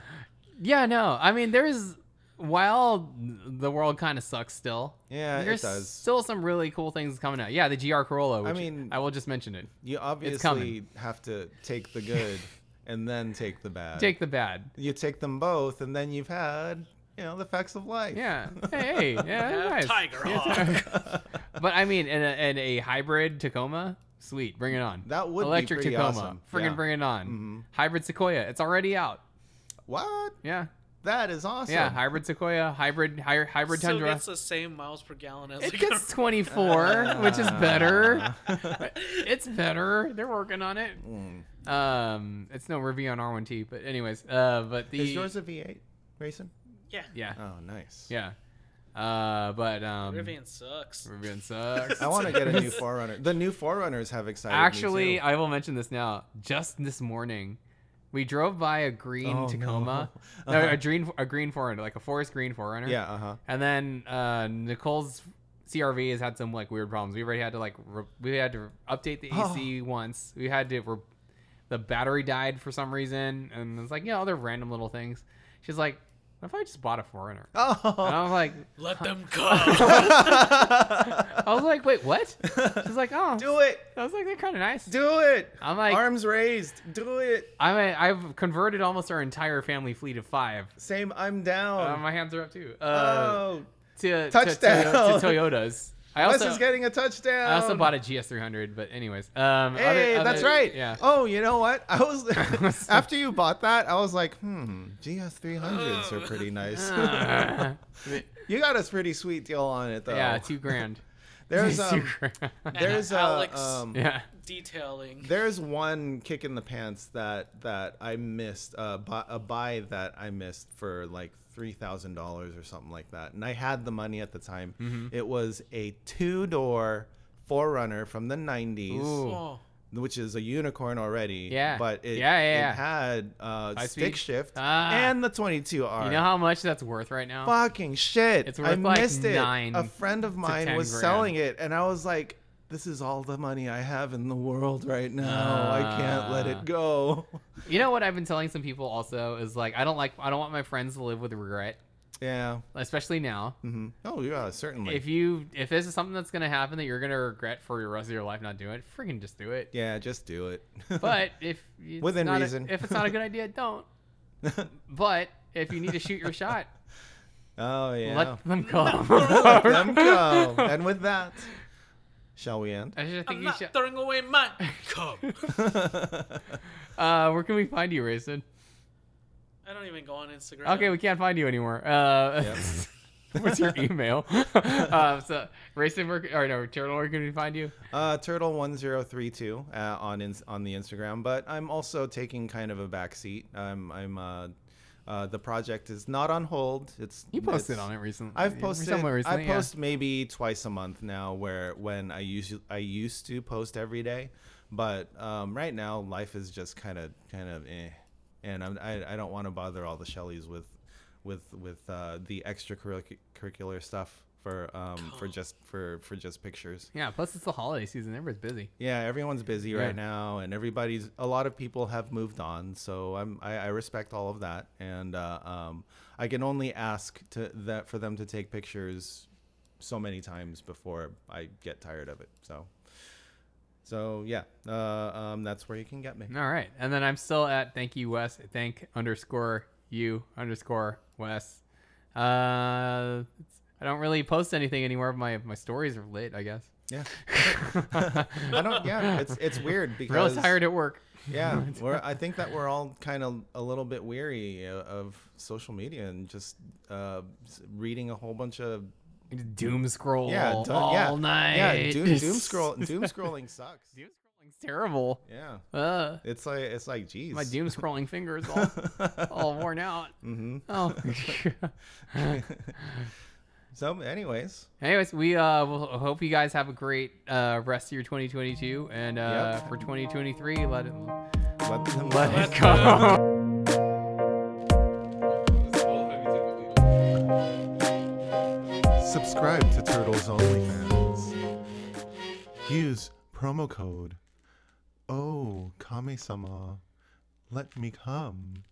Yeah, no. I mean, there's while the world kind of sucks still.
Yeah, it
there's
does.
still some really cool things coming out. Yeah, the GR Corolla. Which I mean,
mean-
I will just mention it.
you obviously
coming.
have to take the good and then take the bad.
Take the bad.
you take them both, and then you've had you know the facts of life.
Yeah. Hey. Yeah. nice.
tiger
Yeah,
hawk.
tiger- but I mean, in a, in a hybrid Tacoma, sweet. Bring it on.
That would be
electric
pretty
Tacoma.
awesome. Mm-hmm.
Friggin'
Yeah.
bring it on. Hybrid Sequoia. It's already out.
What?
Yeah.
That is awesome.
Yeah, hybrid Sequoia, hybrid hy- hybrid
Still
Tundra.
gets the same miles per gallon as
it
the
gets 24, which is
Ah.
better. it's better. They're working on it.
Mm.
Um, it's no review on R1T, but anyways, uh, but the
is yours a V8, Grayson?
yeah.
yeah,
Oh, nice.
yeah, uh, but um,
Rivian sucks.
Rivian sucks.
I want to get a new Forerunner. The new Forerunners have excited me,
Actually,
too.
I will mention this now. Just this morning, we drove by a green
Oh,
Tacoma,
no.
no,
Uh-huh.
a green a green Forerunner, like a forest green Forerunner.
yeah, uh huh.
And then uh, Nicole's CRV has had some like weird problems. We already had to like re- we had to update the
Oh.
AC once. We had to re- the battery died for some reason, and it's like you know other random little things. She's like, "What if I just bought a Forerunner?" And
Oh,
I was like,
Let them go.
"I was like, wait, what?" She's like, "Oh."
do it,
I was like, "They're kind of nice."
do it.
I'm like-
arms raised, do it.
I'm a, I've converted almost our entire family fleet of five.
Same, I'm
Uh,
down.
my hands are up too. Uh,
oh,
to, to-
touchdown.
To, to, Toyotas. I
Les
also,
is getting a touchdown.
I also bought a GS300, but anyways. Um,
Um, Hey,
other-
that's
other-
right.
Yeah.
Oh, you know what? I was after you bought that, I was like, hmm, GS three hundreds are pretty nice. Oh.
Uh,
you got a pretty sweet deal on it though.
yeah, two grand.
There's
two
um,
grand.
there's a,
Alex.
um,
yeah.
Detailing.
there's one kick in the pants that that I missed uh, bu- a buy that I missed for like three thousand dollars or something like that, and I had the money at the time.
Mm-hmm.
It was a two door Forerunner from the '90s.
Ooh.
Oh,
which is a unicorn already.
Yeah.
But it,
Yeah, yeah,
it
yeah.
had uh,
High
stick
speed.
shift
Ah.
and the 22R.
You know how much that's worth right now?
Fucking shit.
Oh. It's
I
worth, like,
missed it.
nine
a friend of mine
10
was
grand.
selling it, and I was like, this is all the money I have in the world right now. I can't let
Ah.
it go.
You know what I've been telling some people also is like I don't like I don't want my friends to live with regret,
yeah.
especially now.
hmm Oh, yeah, certainly.
If you if this is something that's gonna happen that you're gonna regret for the rest of your life not doing it, freaking just do it.
yeah, just do it.
But if it's
Within
not a-
reason.
if it's not a good idea, don't. but if you need to shoot your shot,
oh, yeah.
let them go.
Let them go. And with that, shall we end?
I just think
I'm
you
not
should.
throwing away mine. Come.
Uh, where can we find you, Rayson?
I don't even go on Instagram.
Okay, we can't find you anymore. Uh, what's your email? uh, so Rayson, where or no, Turtle, where can we find you?
Uh, turtle one zero three two uh, on ins- on the Instagram, but I'm also taking kind of a backseat. I'm I'm uh, uh, the project is not on hold. It's
You posted
it's-
on it recently.
I've posted.
somewhere recently.
I post maybe twice a month now, where when I usually I used to post every day, but um, right now life is just kind of kind of eh, and I'm, I I don't want to bother all the Shelleys with with with uh, the extracurricular stuff for um, for just for for just pictures.
yeah. yeah. Plus, it's the holiday season. Everyone's busy.
Yeah, everyone's busy
Yeah.
right now, and everybody's a lot of people have moved on. So I'm I, I respect all of that, and uh, um, I can only ask to that for them to take pictures so many times before I get tired of it. So, so yeah, uh, um, that's where you can get me.
All right. And then I'm still at thank you, Wes. Thank underscore you underscore Wes. Uh, it's- I don't really post anything anymore. My my stories are lit, I guess.
Yeah,
I'm
I don't. Yeah, it's it's weird
really
because
tired at work.
yeah, we're, I think that we're all kind of a little bit weary uh, of social media and just uh, s- reading a whole bunch of
Doom scroll
Yeah, do-
all
yeah.
night.
Yeah, doom, doom scroll doom scrolling sucks.
doom scrolling's terrible.
Yeah.
Uh,
It's like it's like geez.
my doom scrolling fingers all all worn out.
hmm
Oh.
So anyways,
Anyways, we uh will hope you guys have a great uh rest of your 2022 and uh
Yep.
for 2023 let it
let them
let
let
it go.
subscribe to Turtles OnlyFans.
Use promo code Oh Kame-sama. Let me come.